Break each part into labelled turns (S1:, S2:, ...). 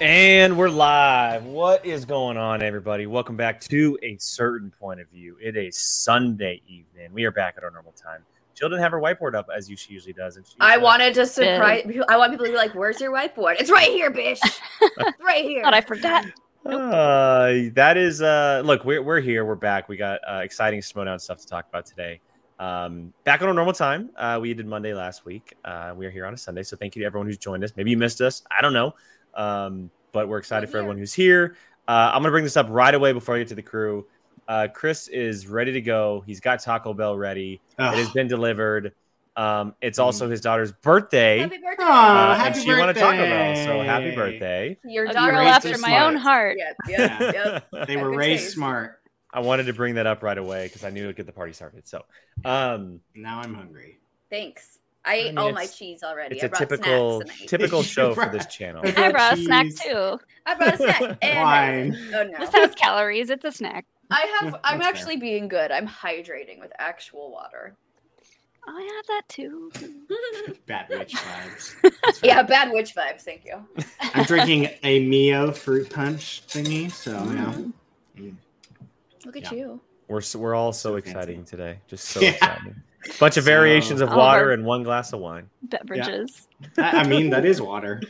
S1: And we're live. What is going on, everybody? Welcome back to a certain point of view. It is Sunday evening. We are back at our normal time. Jill didn't have her whiteboard up as you she usually does. And she
S2: I
S1: uh,
S2: wanted to surprise. I want people to be like, "Where's your whiteboard? It's right here, bitch. It's right here."
S3: Thought I forgot.
S1: Uh, that is uh look, we're we're here, we're back. We got uh, exciting Smodown stuff to talk about today. Um, back on our normal time. Uh, we did Monday last week. Uh, we are here on a Sunday, so thank you to everyone who's joined us. Maybe you missed us. I don't know. Um, but we're excited
S2: We're
S1: for
S2: here.
S1: everyone who's here. Uh, I'm gonna bring this up right away before I get to the crew. Uh, Chris is ready to go. He's got Taco Bell ready. It has
S4: Ugh.
S1: been delivered. Um, it's also his daughter's birthday,
S2: Happy birthday!
S4: Aw,
S1: uh, and
S4: happy
S1: she wanted Taco Bell,
S4: birthday.
S1: so happy birthday!
S3: Your
S2: A
S3: daughter
S2: girl
S3: after
S4: raised
S3: my
S4: smart.
S3: own heart.
S2: Yep, yep, yep.
S4: They were
S2: Good
S4: raised
S2: taste.
S4: smart.
S1: I wanted to bring that up right away because I knew it would get the party started. So, um,
S4: Now I'm hungry.
S2: Thanks.
S1: I
S2: I ate
S1: mean,
S2: all my
S1: it's-
S2: cheese already.
S1: it's
S2: I
S1: a
S2: brought
S1: typical
S2: snacks and I ate-
S1: typical show for this channel.
S4: Right.
S3: I brought a snack
S4: Cheese.
S3: too.
S2: I brought a snack. And
S4: Wine.
S2: I- oh no!
S3: This has calories. It's a snack.
S2: I have. I'm
S4: That's fair.
S2: actually being good. I'm hydrating with actual water.
S3: Oh, I had that too.
S4: Bad witch vibes. That's
S2: yeah,
S4: right.
S2: bad witch vibes. Thank you.
S4: I'm drinking a Mio fruit punch thingy, so you know.
S2: Look at
S4: Yeah.
S2: you.
S1: We're s- we're all so,
S4: So fancy.
S1: exciting today, just so
S4: Yeah.
S1: exciting. Bunch of
S4: So-
S1: variations of
S3: All of
S1: water
S3: our-
S1: and one glass of wine.
S3: Beverages.
S4: I I mean, that is water.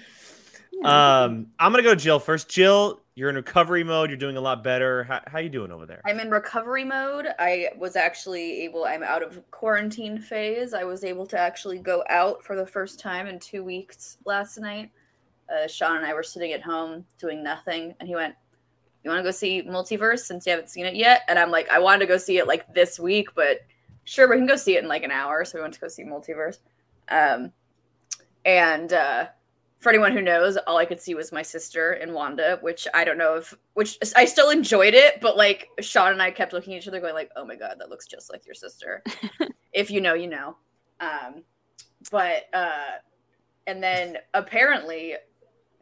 S4: Uh,
S1: Um, I'm gonna go Jill first. Jill, you're in recovery mode. You're doing a lot better. How how you doing over there?
S2: I'm in recovery mode. I was actually able, I'm out of quarantine phase. I was able to actually go out for the first time in two weeks last night. Uh, Sean and I were sitting at home doing nothing, and he went, You want to go see Multiverse since you haven't seen it yet? And I'm like, I wanted to go see it like this week, but sure, we can go see it in like an hour. So we went to go see Multiverse. Um, and uh, for anyone who knows, all I could see was my sister and Wanda, which I don't know if, which I still enjoyed it, but like Sean and I kept looking at each other, going like, "Oh my god, that looks just like your sister." if you know, you know. Um, but uh, and then apparently,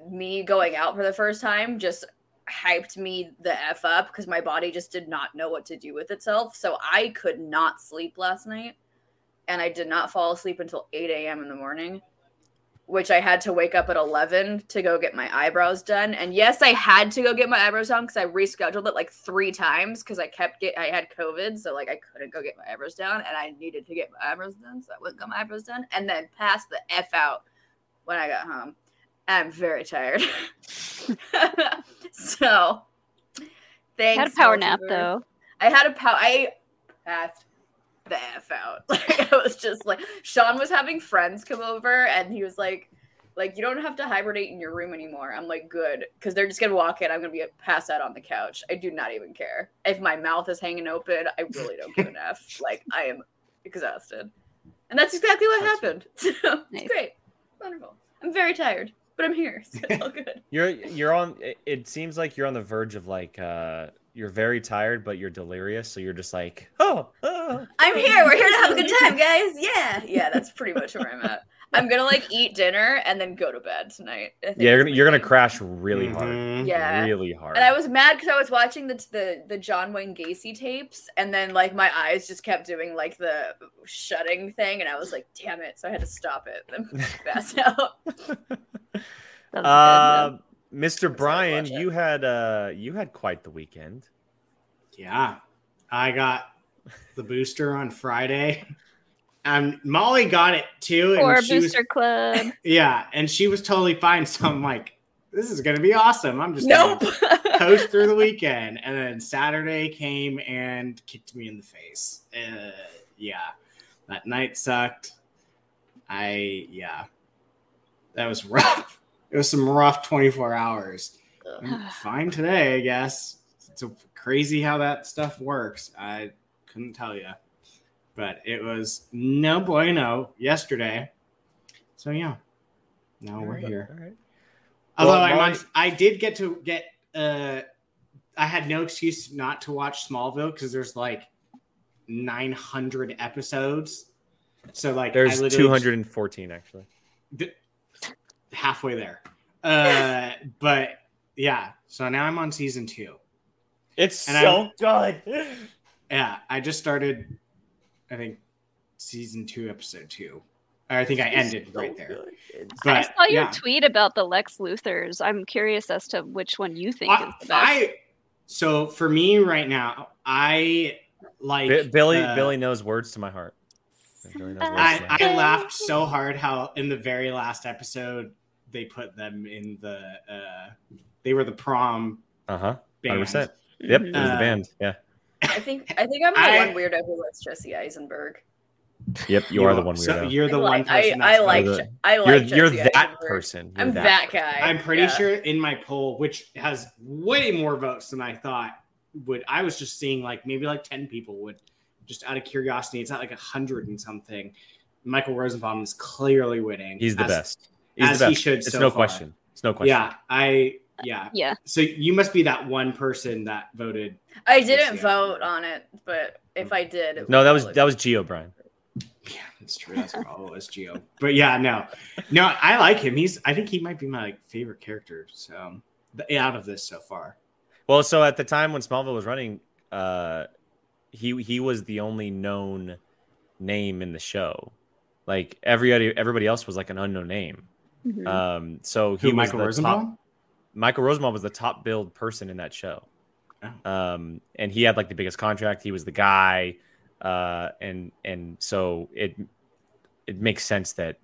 S2: me going out for the first time just hyped me the f up because my body just did not know what to do with itself. So I could not sleep last night, and I did not fall asleep until eight a.m. in the morning which I had to wake up at 11 to go get my eyebrows done. And yes, I had to go get my eyebrows done because I rescheduled it like three times because I kept get I had COVID, so like I couldn't go get my eyebrows down, and I needed to get my eyebrows done, so I went and got my eyebrows done, and then passed the f out when I got home. I'm very tired, so
S3: I
S2: thanks.
S3: had a power nap
S2: Multiverse.
S3: though.
S2: I had a pow. I passed the f out. Like I was just like Sean was having friends come over, and he was like, "Like you don't have to hibernate in your room anymore." I'm like, "Good," because they're just gonna walk in. I'm gonna be passed out on the couch. I do not even care if my mouth is hanging open. I really don't give an f. Like I am exhausted, and that's exactly what
S4: That's
S2: happened. So
S3: Nice.
S2: it's great, wonderful. I'm very tired, but I'm here, so it's all good.
S1: You're you're on. it- It seems like you're on the verge of like uh, you're very tired, but you're delirious. So you're just like, oh, oh.
S2: I'm here. We're here to have a good time, guys. Yeah. Yeah, that's pretty much where I'm at. I'm gonna like eat dinner and then go to bed tonight. I think
S1: yeah. You're
S2: is
S1: gonna
S2: my
S1: you're gonna
S2: thing.
S1: crash really hard,
S4: Mhm.
S2: Mm-hmm. Yeah.
S1: really hard.
S2: And I was mad because I was watching the, the the John Wayne Gacy tapes, and then like my eyes just kept doing like the shutting thing, and I was like, "Damn it!" So I had to stop it and pass out.
S3: That was
S1: Uh,
S2: I'm excited
S1: Mr.
S2: to
S1: Brian,
S2: watch it.
S1: you had uh, you had quite the weekend.
S4: Yeah. I got the booster on Friday. Um, Molly got it too,
S3: a good one.
S4: and
S3: Or
S4: she was
S3: Booster Club.
S4: yeah, and she was totally fine. So I'm like, this is gonna be awesome. I'm just gonna
S2: Nope.
S4: coast through the weekend and then saturday came and kicked me in the face uh, yeah that night sucked i yeah that was rough it was some rough 24 hours I'm fine today i guess it's crazy how that stuff works i couldn't tell you but it was no bueno yesterday so yeah now Oh, we're here
S1: All right.
S4: Although
S1: Well,
S4: I
S1: my-
S4: must, I did get to get uh I had no excuse not to watch Smallville because there's like 900 episodes. So like I
S1: There's
S4: literally
S1: 214 actually.
S4: halfway there. Uh but yeah, so now I'm on season 2.
S1: It's
S4: And
S1: so good.
S4: Yeah, I just started I think season 2 episode 2 I think I ended right there. But,
S3: I saw your
S4: yeah.
S3: tweet about the Lex Luthers. I'm curious as to which one you think is
S4: I,
S3: the best.
S4: I- so for me right now, I like
S1: Bi- Billy
S4: uh,
S1: Billy knows words to my heart.
S4: I, I laughed so hard how in the very last episode they put them in the uh, they were the prom
S1: Uh huh.
S4: band.
S1: 100%. Yep.
S3: Mm-hmm.
S1: It was the
S4: Uh,
S1: band. Yeah.
S2: I think I think I'm the
S4: I-
S2: one weirdo who likes Jesse Eisenberg.
S1: Yep. You, are the one weirdo.
S4: So
S1: you're
S4: you're the
S2: I
S4: one
S2: like- I-
S4: person.
S2: I,
S4: that's
S2: like.
S1: You're
S2: Je-
S1: the-
S2: I
S1: you're,
S2: like. Jesse
S1: that
S2: Eisenberg.
S1: person. You're
S2: I'm that, guy.
S4: I'm pretty
S2: Yeah.
S4: sure in my poll, which has way more votes than I thought would. I was just seeing like maybe like ten people would, just out of curiosity. It's not like a hundred and something. Michael Rosenbaum is clearly winning.
S1: He's the
S4: as-
S1: best. He's
S4: as
S1: the
S4: he
S1: best.
S4: should
S1: It's
S4: so
S1: no
S4: far.
S1: question. It's no question.
S4: Yeah, I yeah.
S3: yeah.
S4: So you must be that one person that voted.
S2: I didn't
S4: Jesse Eisenberg.
S2: vote on it, but if I did, it
S1: No,
S2: would
S1: that was
S2: look-
S1: that was Geo Brian.
S4: Yeah, that's true. That's probably was Geo. But yeah, no, no, I like him. He's. I think he might be my like, favorite character. So the- out of this so far.
S1: Well, so at the time when Smallville was running, uh, he he was the only known name in the show. Like everybody, everybody else was like an unknown name.
S3: Mhm.
S4: Uh,
S1: Um, so he
S4: Who
S1: was
S4: Michael
S1: the
S4: Rosenbaum?
S1: top- Michael Rosenbaum was the top billed person in that show.
S4: Oh.
S1: Um, and he had like the biggest contract. He was the guy. Uh, and and so it it makes sense that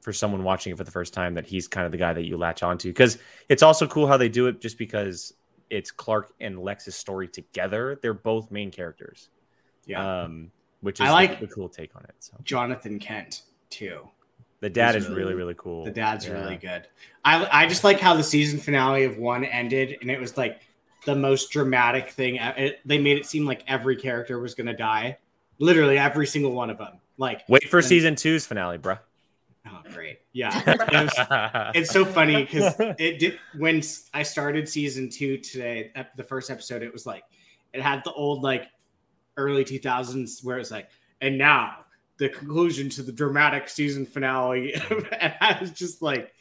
S1: for someone watching it for the first time that he's kind of the guy that you latch onto because it's also cool how they do it just because it's Clark and Lex's story together. They're both main characters.
S4: Yeah.
S1: Um, which is
S4: I
S1: like
S4: like-
S1: the cool take on it. So
S4: Jonathan Kent too.
S1: the dad
S4: He's
S1: is really
S4: really-
S1: really cool.
S4: The dad's
S1: Yeah.
S4: really good. I I just like how the season finale of one ended, and it was like the most dramatic thing. Uh, It, they made it seem like every character was gonna die, literally every single one of them. Like,
S1: Wait for
S4: And-
S1: season two's finale, bruh.
S4: oh great, yeah. It was- it's so funny because it did when s- I started season two today. ep- The first episode, it was like it had the old like early two thousands where it's like, and now the conclusion to the dramatic season finale, and I was just like,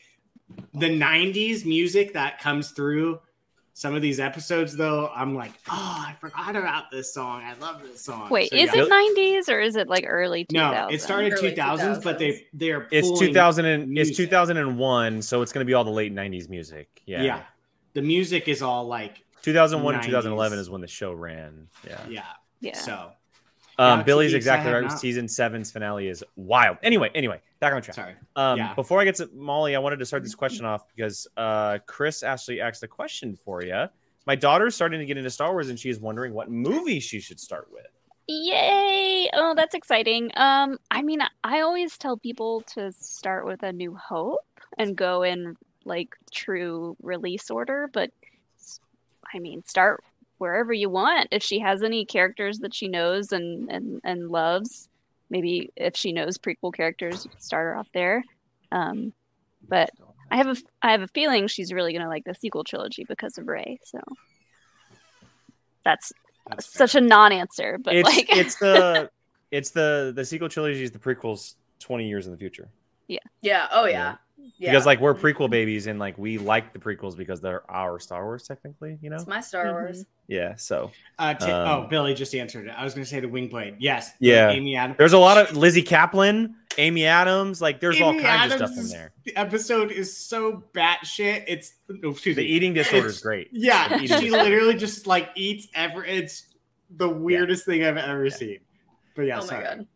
S4: the nineties music that comes through some of these episodes though. I'm like, oh, I forgot about this song. I love this song.
S3: Wait,
S4: So,
S3: is
S4: yeah.
S3: it 90s or is it like early 2000s?
S4: No, it started
S2: Early
S4: two thousands, but they they are
S1: It's
S4: pulling-
S1: 2000 and, it's
S4: music.
S1: 2001, so it's going to be all the late 90s music. Yeah.
S4: yeah. The music is all like
S1: 2001 and 2011
S4: 90s.
S1: is when the show ran. Yeah.
S4: yeah.
S3: Yeah.
S4: So
S1: Um,
S4: Yeah,
S1: Billy's
S4: Keith, I
S1: exactly
S4: have
S1: right.
S4: not-
S1: Season seven's finale is wild. Anyway, anyway, back on track.
S4: sorry.
S1: Um,
S4: Yeah.
S1: Before I get to Molly, I wanted to start this question off because uh, Chris actually asked a question for you. My daughter's starting to get into Star Wars, and she is wondering what movie she should start with.
S3: Yay! Oh, that's exciting. Um, I mean, I always tell people to start with A New Hope and go in like true release order, but s- I mean, start wherever you want. If she has any characters that she knows and and and loves, maybe if she knows prequel characters, you can start her off there. Um, but I have a f- I have a feeling she's really gonna like the sequel trilogy because of Ray. So that's
S4: That's
S3: such a
S4: fair.
S3: non-answer, but
S1: it's
S3: like.
S1: it's the it's the the sequel trilogy is the prequels 20 years in the future.
S2: Yeah. Oh yeah. Yeah.
S1: because like we're
S4: Mm-hmm.
S1: prequel babies and like we like the prequels because they're our Star Wars technically, you know?
S2: it's my Star
S3: Mhm.
S2: Wars.
S1: Yeah, so
S4: Uh, t-
S1: Um,
S4: oh, Billy just answered it. I was going to say the wing blade. Yes.
S1: Yeah.
S4: Amy Adams.
S1: there's a lot of Lizzie Kaplan, Amy Adams, like there's all
S4: Amy
S1: kinds of
S4: Adams
S1: stuff in
S4: is-
S1: there.
S4: The episode is so batshit. It's oh, excuse
S1: The
S4: me.
S1: eating disorder is
S4: It's-
S1: great.
S4: Yeah,
S1: the
S4: she
S1: eating disorder.
S4: literally just like eats ever. It's the weirdest thing I've ever seen. But yeah,
S2: oh my
S4: sorry.
S2: god.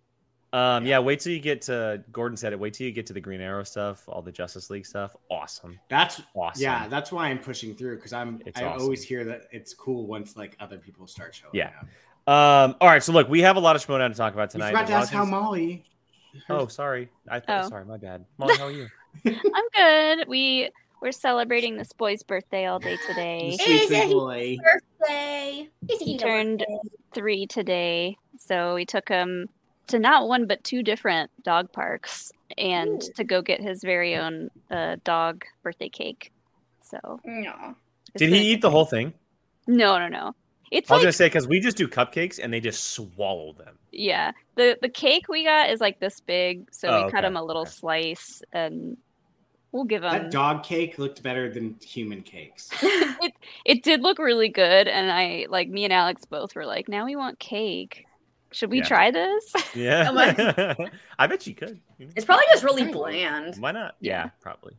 S1: Um yeah, wait till you get to Gordon said it, wait till you get to the Green Arrow stuff, all the Justice League stuff. Awesome.
S4: That's
S1: Awesome.
S4: yeah. That's why I'm pushing through because I'm.
S1: It's
S4: I
S1: awesome.
S4: always hear that it's cool once like other people start showing.
S1: Yeah.
S4: up.
S1: Um all right, so look, we have a lot of Schmodown to talk about
S4: You
S1: tonight.
S4: forgot
S1: There's
S4: to
S1: a lot
S4: ask
S1: of
S4: how
S1: things-
S4: Molly.
S1: Oh, sorry. I thought
S3: Oh.
S1: sorry, my bad. Molly, how are you?
S3: I'm good. We we're celebrating this boy's birthday all day today.
S2: It is a-
S4: boy.
S2: Birthday.
S3: He turned three today, so we took him to not one but two different dog parks and
S2: Ooh.
S3: to go get his very own uh, dog birthday cake. So
S2: No.
S3: it's
S1: Did
S3: been
S1: he eat the whole thing?
S3: exciting. No, no, no. It's
S1: I was
S3: like
S1: gonna say because we just do cupcakes and they just swallow them.
S3: yeah. The the cake we got is like this big, so
S1: Oh,
S3: we cut
S1: okay,
S3: him a little
S1: okay.
S3: slice and we'll give him
S4: That dog cake looked better than human cakes.
S3: it did look really good and i like me and alex both were like now we want cake Should we
S1: Yeah.
S3: try this?
S1: Yeah.
S2: Oh my-
S1: I bet you could. you know?
S2: It's probably just really
S4: Right.
S2: bland.
S1: Why not?
S3: Yeah.
S1: Yeah, probably.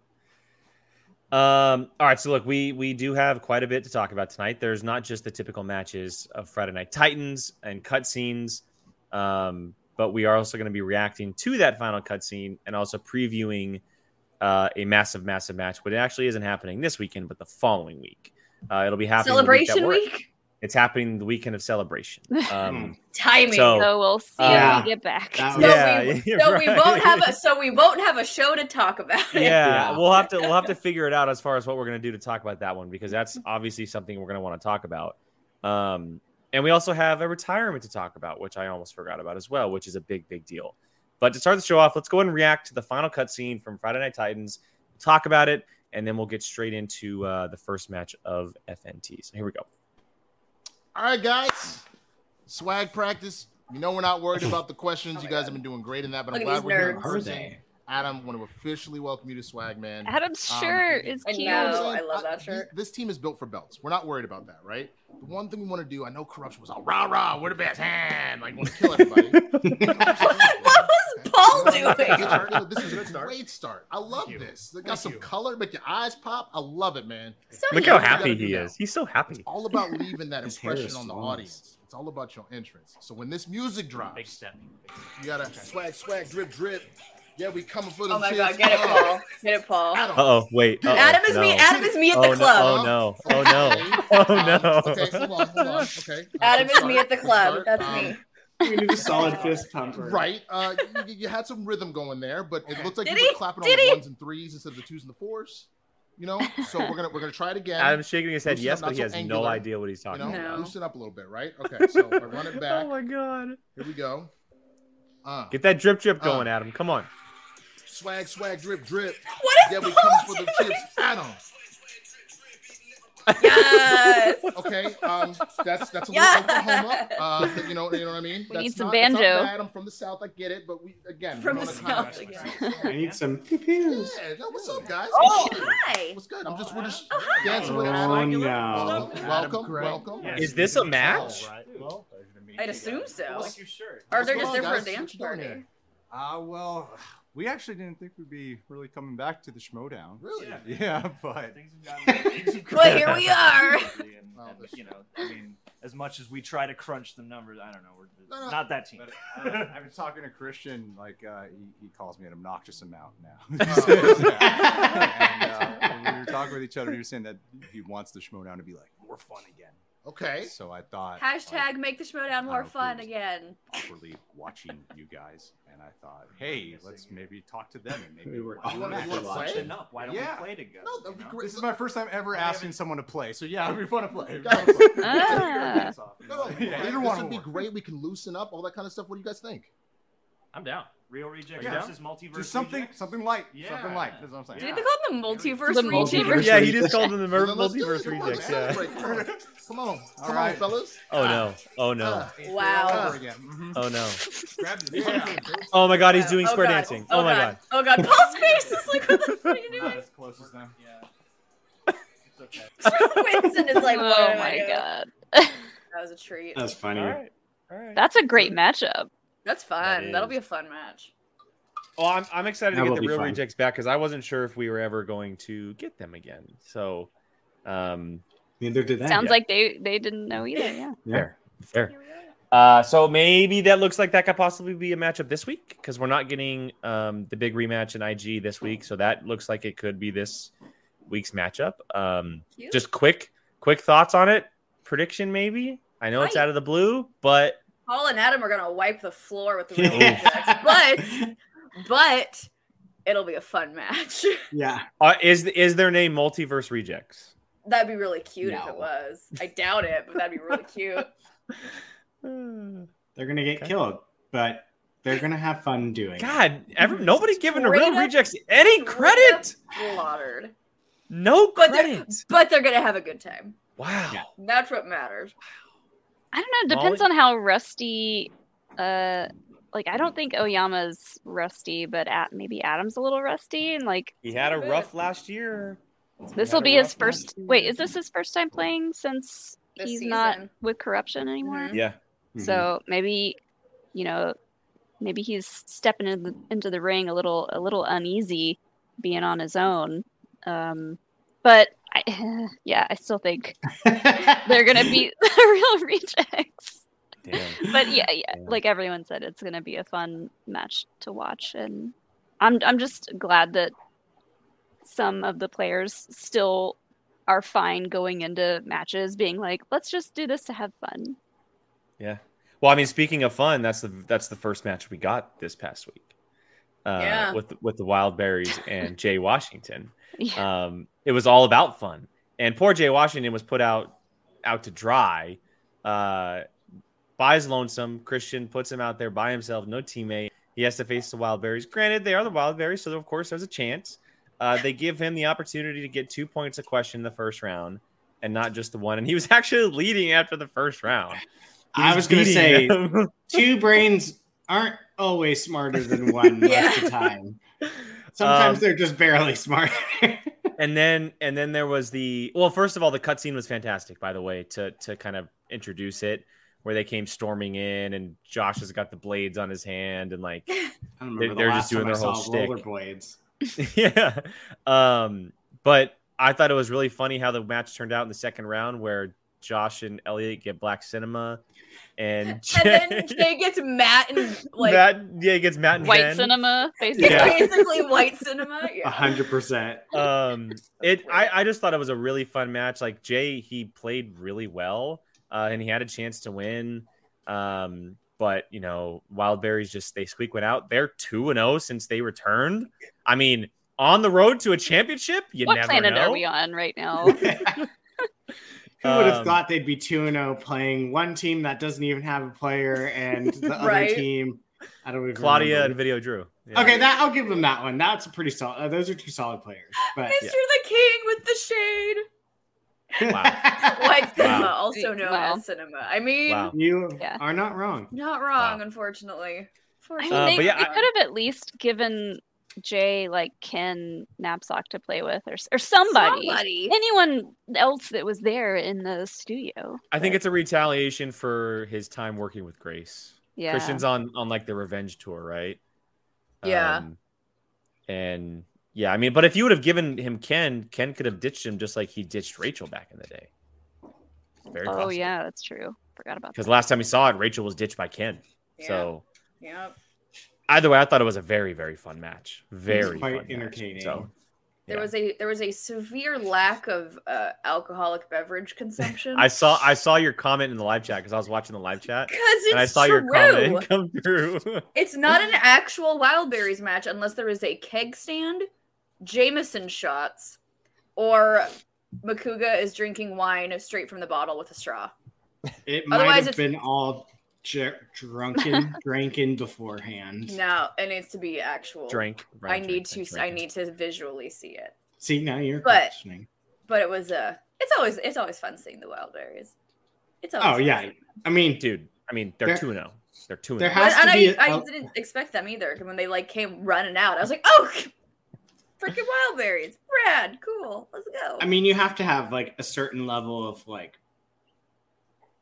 S1: Um, all right, so look, we we do have quite a bit to talk about tonight. There's not just the typical matches of Friday Night Titans and cutscenes, um, but we are also going to be reacting to that final cutscene and also previewing uh, a massive, massive match. But it actually isn't happening this weekend, but the following week. Uh, it'll be happening the week that
S2: Celebration
S1: we're-
S2: week?
S1: It's happening the weekend of celebration. Um,
S2: Timing.
S1: So- uh,
S3: so we'll see
S4: Yeah.
S3: when we get back.
S4: That
S2: So
S4: was-
S1: yeah,
S2: we,
S1: you're
S2: so we won't
S1: right.
S2: have a so we won't have a show to talk about it.
S1: yeah,
S4: Yeah.
S1: we'll have to we'll have to figure it out as far as what we're going to do to talk about that one because that's obviously something we're going to want to talk about. Um, and we also have a retirement to talk about, which I almost forgot about as well, which is a big big deal. But to start the show off, let's go ahead and react to the final cutscene from Friday Night Titans, talk about it, and then we'll get straight into uh, the first match of FNT. So here we go.
S5: All right, guys. Swag practice. You know we're not worried about the questions.
S2: Oh
S5: you
S2: my
S5: guys
S2: God.
S5: have been doing great in that, but I'm
S2: Look at
S5: glad
S2: these
S5: we're here in
S2: nerds.
S4: How are
S5: person.
S4: they?
S5: Adam, want to officially welcome you to Swag Man.
S3: Adam's
S5: Um,
S3: shirt is
S2: I
S3: cute.
S5: You know what I'm
S2: know.
S5: saying?
S2: I love that shirt.
S5: th- This team is built for belts. We're not worried about that, right? The one thing we want to do, I know corruption was all rah rah, we're the best hand. Like, want to kill everybody.
S2: What, what was Paul doing?
S5: this is a
S6: Good start.
S5: great start. I love
S6: Thank you.
S5: this. It got
S6: Thank
S5: some
S6: you.
S5: color, make your eyes pop. I love it, man.
S2: So
S1: Look how
S5: you
S1: happy
S5: gotta do
S1: he
S5: that.
S1: is. He's so happy.
S5: all about leaving that
S4: His hair is
S5: impression on the
S4: flawless.
S5: audience. It's all about your entrance. So when this music
S6: Big
S5: drops,
S6: step.
S5: you gotta swag, swag, drip, drip. Yeah, we coming for the
S2: Oh my god, get it, Paul. Get it, Paul.
S5: Adam.
S1: Uh oh, wait. Uh-oh,
S2: Adam is me.
S1: no.
S2: Adam is me at
S1: oh,
S2: the
S1: no,
S2: club.
S1: Oh no. Oh no. Oh, no.
S5: Okay, hold on, hold on. Okay.
S2: Adam
S5: Good
S2: is me
S5: start,
S2: at the
S5: good
S2: club.
S5: start.
S2: That's
S5: Um,
S2: me.
S4: We need a solid fist pumper.
S5: Right. Uh, you, you had some rhythm going there, but it
S6: Okay.
S5: looked like
S2: Did
S5: you were
S2: he?
S5: clapping
S2: Did
S5: on
S2: he?
S5: the ones and threes instead of the twos and the fours. You know. So we're gonna we're gonna try it again.
S1: Adam's shaking his head
S5: Loosen
S1: yes, but
S5: up, not
S1: he
S5: so
S1: has no
S5: angular,
S1: idea what he's
S5: you
S1: talking
S5: know,
S1: about.
S2: No.
S5: loosen up a little bit, right? Okay. So I run it back.
S1: Oh my god.
S5: Here we go. Uh,
S1: Get that drip drip
S5: Uh.
S1: going, Adam. Come on.
S5: swag, swag, drip, drip.
S1: Oh,
S2: What is
S5: Yeah, we
S2: Paul
S5: come for the
S2: doing?
S5: chips. Adam.
S2: Yes.
S5: Okay, um, that's that's a little
S2: Yeah.
S5: Oklahoma. Uh, you know, you know what I mean.
S3: We
S5: that's
S3: need some
S5: not- that's not
S3: banjo.
S5: bad. I'm from the south. I get it, but we again
S2: From
S5: we're on
S2: the
S5: a
S2: South
S5: time
S2: again.
S4: I need some pew pews.
S5: Yeah, no, what's up, guys?
S2: Oh,
S5: What's good?
S2: hi.
S5: What's good? I'm just we're just
S2: Oh, hi.
S5: dancing with
S4: Oh,
S5: Adam.
S4: no.
S5: Welcome, welcome,
S6: Adam Gray.
S5: welcome.
S6: Yeah.
S1: Is this a match?
S6: All right. Well, pleasure to meet
S2: I'd
S6: you
S2: assume
S6: guys.
S2: so.
S6: I like your shirt.
S2: Or
S5: What's
S2: they're
S5: going
S2: just
S5: on,
S2: there for a
S5: guys?
S2: dance
S5: What you doing
S2: party.
S5: here?
S7: Uh, well, we actually didn't think we'd be really coming back to the Schmodown.
S5: Really?
S6: Yeah.
S7: Yeah, but
S6: Things have gotten- things have
S2: Well, here we
S6: gotten
S2: are.
S6: crazy and-
S5: Wow,
S6: and,
S5: this-
S6: you know, I mean, as much as we try to crunch the numbers, I don't know. We're
S5: No, no.
S6: not that team.
S7: But, uh, I've been talking to Christian. Like uh, he, he calls me an obnoxious amount now.
S4: Oh.
S7: and, uh, when we were talking with each other. He was saying that he wants the Schmodown to be like more fun again.
S5: Okay.
S7: So I thought like,
S2: Hashtag make the schmodown more fun again.
S7: awkwardly watching you guys, and I thought, hey, let's maybe talk to them and maybe
S4: We were-
S7: we'll
S4: we
S7: have a
S5: were watching.
S7: match.
S6: Watch it up. Why don't
S7: Yeah.
S6: we play together?
S5: No, that'd be
S6: you know?
S5: great.
S7: This is my first time ever
S6: haven't-
S7: asking someone to play, so yeah, it'd be fun to play. It'd be
S5: Guys,
S7: fun to
S2: Uh,
S7: play.
S3: Ah.
S5: No, no,
S7: Yeah,
S5: this
S7: either one
S5: would be
S7: will work.
S5: great. We can loosen up all that kind of stuff. What do you guys think?
S6: I'm down. Real reject
S7: Yeah.
S6: versus multiverse.
S7: Just something,
S6: rejects.
S7: something light,
S6: Yeah.
S7: something light. That's what I'm
S2: Did
S7: saying.
S6: Yeah.
S2: they call them the multiverse
S3: The
S2: region?
S4: multiverse.
S1: Yeah, he just called him the
S5: Well,
S1: mer-
S5: then let's do
S1: multiverse
S5: it. Come on,
S1: rejects.
S5: let's
S1: Yeah.
S5: celebrate. Come on, come on,
S7: All
S5: Come on,
S7: right.
S5: fellas.
S1: Oh no. Oh no.
S5: Ah,
S2: Wow.
S7: Over again.
S5: Mm-hmm.
S7: Mhm.
S1: Oh no.
S7: Grab the yeah.
S1: Oh my god, he's doing
S2: Oh,
S1: square
S2: God.
S1: dancing. Oh my god.
S2: Oh god. Paul's face is like, what the fuck are you
S7: Not
S2: doing?
S7: as close as them.
S6: Yeah. It's okay.
S2: Winston is like, what
S3: oh
S2: am I
S3: my
S2: doing?
S3: god.
S2: That was a treat.
S4: That's funny.
S1: All right. All right.
S3: That's a great matchup.
S2: That's fun.
S1: That
S2: That'll
S1: is.
S2: be a fun match.
S1: Oh, I'm, I'm excited
S4: That
S1: to
S4: will
S1: get the
S4: be
S1: real
S4: fun.
S1: rejects back because I wasn't sure if we were ever going to get them again. So, um,
S4: Neither did I.
S3: Sounds like they they didn't know either. Yeah.
S1: fair, fair. Uh, so maybe that looks like that could possibly be a matchup this week because we're not getting um, the big rematch in IG this week. So that looks like it could be this week's matchup. Um,
S2: Cute.
S1: just quick, quick thoughts on it. Prediction maybe. I know it's
S2: Hi.
S1: out of the blue, but
S2: Paul and Adam are gonna wipe the floor with the real
S4: Yeah.
S2: rejects, but but it'll be a fun match.
S4: yeah.
S1: uh, is is their name Multiverse Rejects?
S2: that'd be really cute if
S4: No.
S2: it was. I doubt it, but that'd be really cute.
S1: Uh,
S4: They're gonna get
S1: Okay.
S4: killed, but they're gonna have fun doing. it.
S1: God, every, nobody's giving the
S2: Hmm. Straight
S1: real
S2: up-
S1: rejects any
S2: straight up
S1: credit.
S2: Slaughtered.
S1: No
S2: But they're,
S1: credit.
S2: but they're gonna have a good time.
S1: Wow.
S4: Yeah.
S2: That's what matters.
S3: I don't know. It depends on how rusty. Uh, like I don't think Oyama's rusty, but at, maybe Adam's a little rusty, and like
S1: He had a
S2: Good.
S1: rough last year.
S3: this
S1: had
S3: will
S1: a
S3: be his
S1: rough
S3: first. Wait, is this his first time playing since
S2: This
S3: he's not
S2: season.
S3: with corruption anymore?
S2: Mhm.
S1: Yeah.
S4: Mhm.
S3: So maybe you know, maybe he's stepping in the, into the ring a little a little uneasy, being on his own. Um, but I, yeah, I still think they're gonna be the real rejects.
S1: Damn.
S3: But yeah, yeah,
S1: Yeah.
S3: like everyone said, it's gonna be a fun match to watch, and I'm I'm just glad that some of the players still are fine going into matches, being like, let's just do this to have fun.
S1: Yeah. Well, I mean, speaking of fun, that's the that's the first match we got this past week. Uh,
S2: Yeah.
S1: With with the Wildberries and Jay Washington,
S3: Yeah.
S1: um, it was all about fun. And poor Jay Washington was put out out to dry. Uh, buys lonesome. Christian puts him out there by himself, no teammate. He has to face the Wildberries. Granted, they are the Wildberries, so of course there's a chance. Uh, they give him the opportunity to get two points a question in the first round, and not just the one. And he was actually leading after the first round. He
S4: I was gonna
S1: beating
S4: say
S1: them.
S4: two brains aren't always smarter than one most of the time. Sometimes
S1: Um,
S4: they're just barely smarter.
S1: and then and then there was the well first of all the cutscene was fantastic by the way to to kind of introduce it where they came storming in and josh has got the blades on his hand and like
S4: I don't remember the
S1: they're just
S4: last
S1: doing
S4: time
S1: their
S4: I
S1: whole
S4: saw
S1: shtick.
S4: rollerblades.
S1: yeah um but i thought it was really funny how the match turned out in the second round where josh and elliot get black cinema and,
S2: And then Jay gets Matt and like
S1: Matt, yeah, he gets Matt and
S3: White
S1: Ben.
S3: cinema, basically.
S1: Yeah.
S2: basically white cinema.
S4: A
S2: Yeah.
S4: hundred percent.
S1: um it I, I just thought it was a really fun match like jay he played really well uh, and he had a chance to win um but you know wildberries just they squeak one out they're 2 and 0 since they returned i mean on the road to a championship you
S3: what
S1: never
S3: planet
S1: know
S3: are we on right now?
S4: Who would have
S1: Um,
S4: thought they'd be 2 0 playing one team that doesn't even have a player and the other
S2: Right.
S4: team? I don't even
S1: claudia and
S4: remember.
S1: video drew Yeah.
S4: Okay, that I'll give them that one. That's a pretty solid. Uh, those are two solid players. But
S2: Mr. the King with the shade. White cinema,
S1: Wow.
S2: also known
S3: Wow.
S2: as cinema. I mean,
S1: wow
S4: You
S3: Yeah.
S4: are not wrong.
S2: not wrong,
S1: Wow.
S2: unfortunately.
S3: I mean,
S1: Uh,
S3: they,
S1: but yeah,
S3: they
S1: I-
S3: could have at least given Jay like Ken Knapsack to play with, or s- or somebody,
S2: Somebody.
S3: anyone else that was there in the studio.
S1: i think
S3: but-
S1: it's a retaliation for his time working with grace
S3: yeah.
S1: Christian's on on like the revenge tour, right?
S2: Yeah.
S1: Um, and yeah, I mean, but if you would have given him Ken, Ken could have ditched him just like he ditched Rachel back in the day. Very
S3: Oh yeah, that's true. Forgot about
S1: Because last time we saw it, Rachel was ditched by Ken.
S2: Yeah.
S1: So
S2: Yeah.
S1: either way, I thought it was a very very fun match. Very
S4: quite
S1: fun match.
S4: entertaining.
S1: So
S2: There
S1: yeah.
S2: was a there was a severe lack of uh, alcoholic beverage consumption.
S1: I saw I saw your comment in the live chat because I was watching the live chat
S2: because it's
S1: and I saw
S2: true.
S1: your comment come through.
S2: It's not an actual Wildberries match unless there is a keg stand, Jameson shots, or Makuga is drinking wine straight from the bottle with a straw.
S4: It might
S2: Otherwise,
S4: have
S2: it's-
S4: been all j- drunken, drinking beforehand.
S2: No, it needs to be actual.
S1: Drink. right,
S2: I
S1: drink,
S2: need
S1: drink,
S2: to
S1: drink.
S2: I need to visually see it.
S4: See, now you're
S2: But-
S4: questioning.
S2: But it was uh it's always it's always fun seeing the Wildberries. It's always
S4: Oh,
S2: fun
S4: yeah.
S2: seeing them.
S4: I mean,
S1: Dude, I mean, they're
S4: There-
S1: two and zero. They're two and oh.
S4: there
S1: zero.
S4: has
S2: and
S4: to
S2: I,
S4: be a-
S2: I didn't expect them either. 'cause When they like came running out, I was like, "Oh, freaking wildberries, Brad, cool, let's go."
S4: I mean, you have to have like a certain level of like,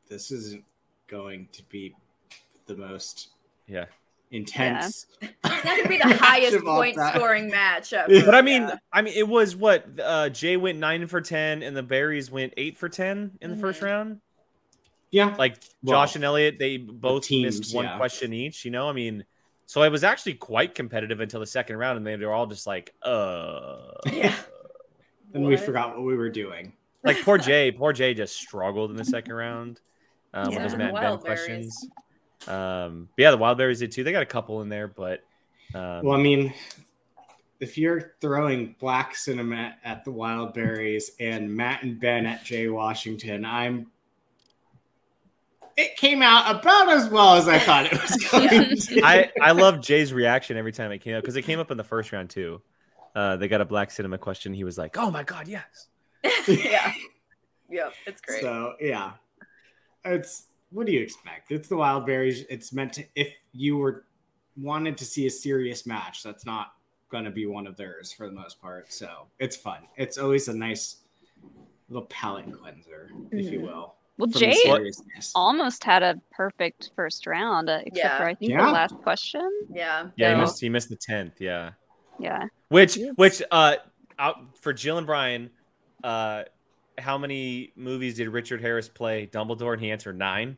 S4: this isn't going to be the most
S1: Yeah.
S4: intense.
S2: it's not gonna be the
S4: match
S2: highest
S4: of all
S2: point
S4: time.
S2: scoring match.
S4: Yeah.
S1: But I mean, I mean, it was what uh, Jay went nine for ten, and the Berries went eight for ten in the first
S2: Mhm.
S1: round.
S4: Yeah.
S1: Like
S4: Well,
S1: Josh and Elliot, they both missed
S4: teams,
S1: one
S4: yeah.
S1: question each. You know, I mean, so it was actually quite competitive until the second round, and they were all just like, "Uh."
S2: yeah,
S4: And we forgot what we were doing.
S1: Like poor Jay, poor Jay just struggled in the second round um,
S2: Yeah.
S1: with his
S2: The
S1: Matt and Ben
S2: Wildberries.
S1: questions. Um, but yeah, the Wildberries did too. They got a couple in there, but um,
S4: Well, I mean, if you're throwing black cinema at the wild berries and Matt and Ben at Jay Washington, I'm. It came out about as well as I thought it was going to.
S1: I I love Jay's reaction every time it came up because it came up in the first round too. Uh, they got a black cinema question. He was like, "Oh my god, yes."
S2: yeah, yep, it's great.
S4: So yeah, it's what do you expect? It's the wild berries. It's meant to. If you were wanted to see a serious match, that's not going to be one of theirs for the most part. So it's fun. It's always a nice little palate cleanser, if you
S2: Mhm.
S4: will.
S3: Well,
S4: from the
S3: Jay
S4: seriousness.
S3: almost had a perfect first round, uh, except
S2: Yeah.
S3: for I think
S4: Yeah.
S3: the last question.
S2: Yeah.
S1: Yeah, he
S3: No.
S1: missed. He missed the tenth. Yeah,
S3: Yeah.
S1: which
S3: Yes.
S1: which uh, out for Jill and Brian, uh, how many movies did Richard Harris play Dumbledore? And he answered nine.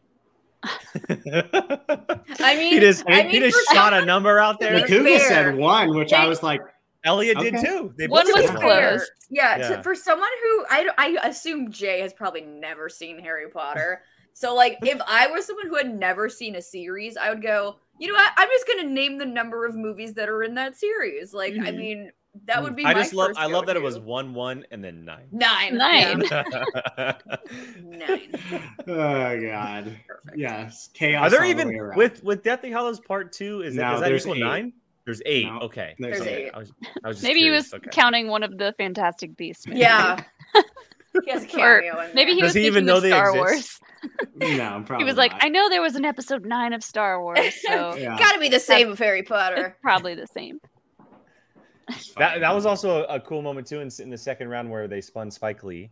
S2: I mean,
S1: he just
S2: I
S1: he
S2: mean,
S1: just
S2: for-
S1: shot a number out
S2: to
S1: there.
S2: be
S4: Nakuga
S2: fair,
S4: said one, which I
S2: Jay-
S4: was like,
S1: Elliot did
S4: Okay.
S1: too. They
S3: One
S1: both
S3: was
S1: did.
S3: close.
S2: Yeah,
S1: Yeah.
S2: To, for someone who I, don't- I assume Jay has probably never seen Harry Potter. So like, if I was someone who had never seen a series, I would go. You know what? I'm just gonna name the number of movies that are in that series. Like, I
S4: Mhm.
S2: mean, that would be.
S1: I
S2: my
S1: just love
S2: first
S1: I love that it was
S2: go-to.
S1: one one and then nine.
S2: nine.
S3: Nine.
S2: Yeah. nine.
S4: oh god,
S2: Perfect.
S4: yes, chaos.
S1: Are there
S4: all the
S1: even
S4: way around.
S1: with with Deathly Hollows Part Two? Is that
S4: No,
S1: is that
S4: there's
S1: equal
S4: eight.
S1: nine? There's eight.
S4: No,
S1: okay.
S4: there's
S1: Okay.
S2: eight.
S1: I was, I was just
S3: Maybe
S1: curious.
S3: he was
S1: Okay.
S3: counting one of the Fantastic Beasts. movies.
S2: Yeah. he has a cameo. in
S3: Maybe
S2: there.
S1: Does
S3: he was
S1: he
S3: thinking
S1: even know
S3: of
S1: they
S3: Star
S1: exist?
S3: Wars.
S4: no, probably
S3: He was like,
S4: not.
S3: I know there was an episode nine of Star Wars, so
S4: Yeah.
S2: Gotta be the same with Harry Potter.
S3: it's probably the same.
S1: That that was also a, a cool moment too in, s- in the second round where they spun Spike Lee,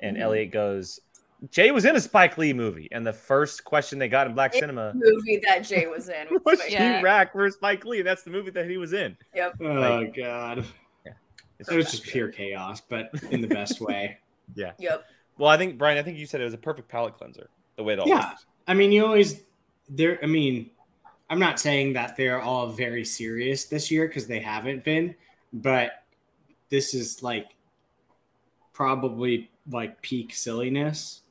S1: and
S3: Mm-hmm.
S2: Mhm.
S1: Elliot goes, "Jay was in a Spike Lee movie," and the first question they got in black
S2: It-
S1: cinema
S2: Movie that Jay was in. was
S1: was
S2: like-
S3: Yeah.
S1: She Rack versus Spike Lee. That's the movie that he was in.
S4: Oh
S1: Like-
S4: god,
S1: It's
S4: it was just pure chaos, but in the best way.
S2: Yep.
S1: Well, I think Brian, I think you said it was a perfect palate cleanser. The way it all
S4: Yeah. I mean, you always there. I mean, I'm not saying that they're all very serious this year because they haven't been, but this is like probably like peak silliness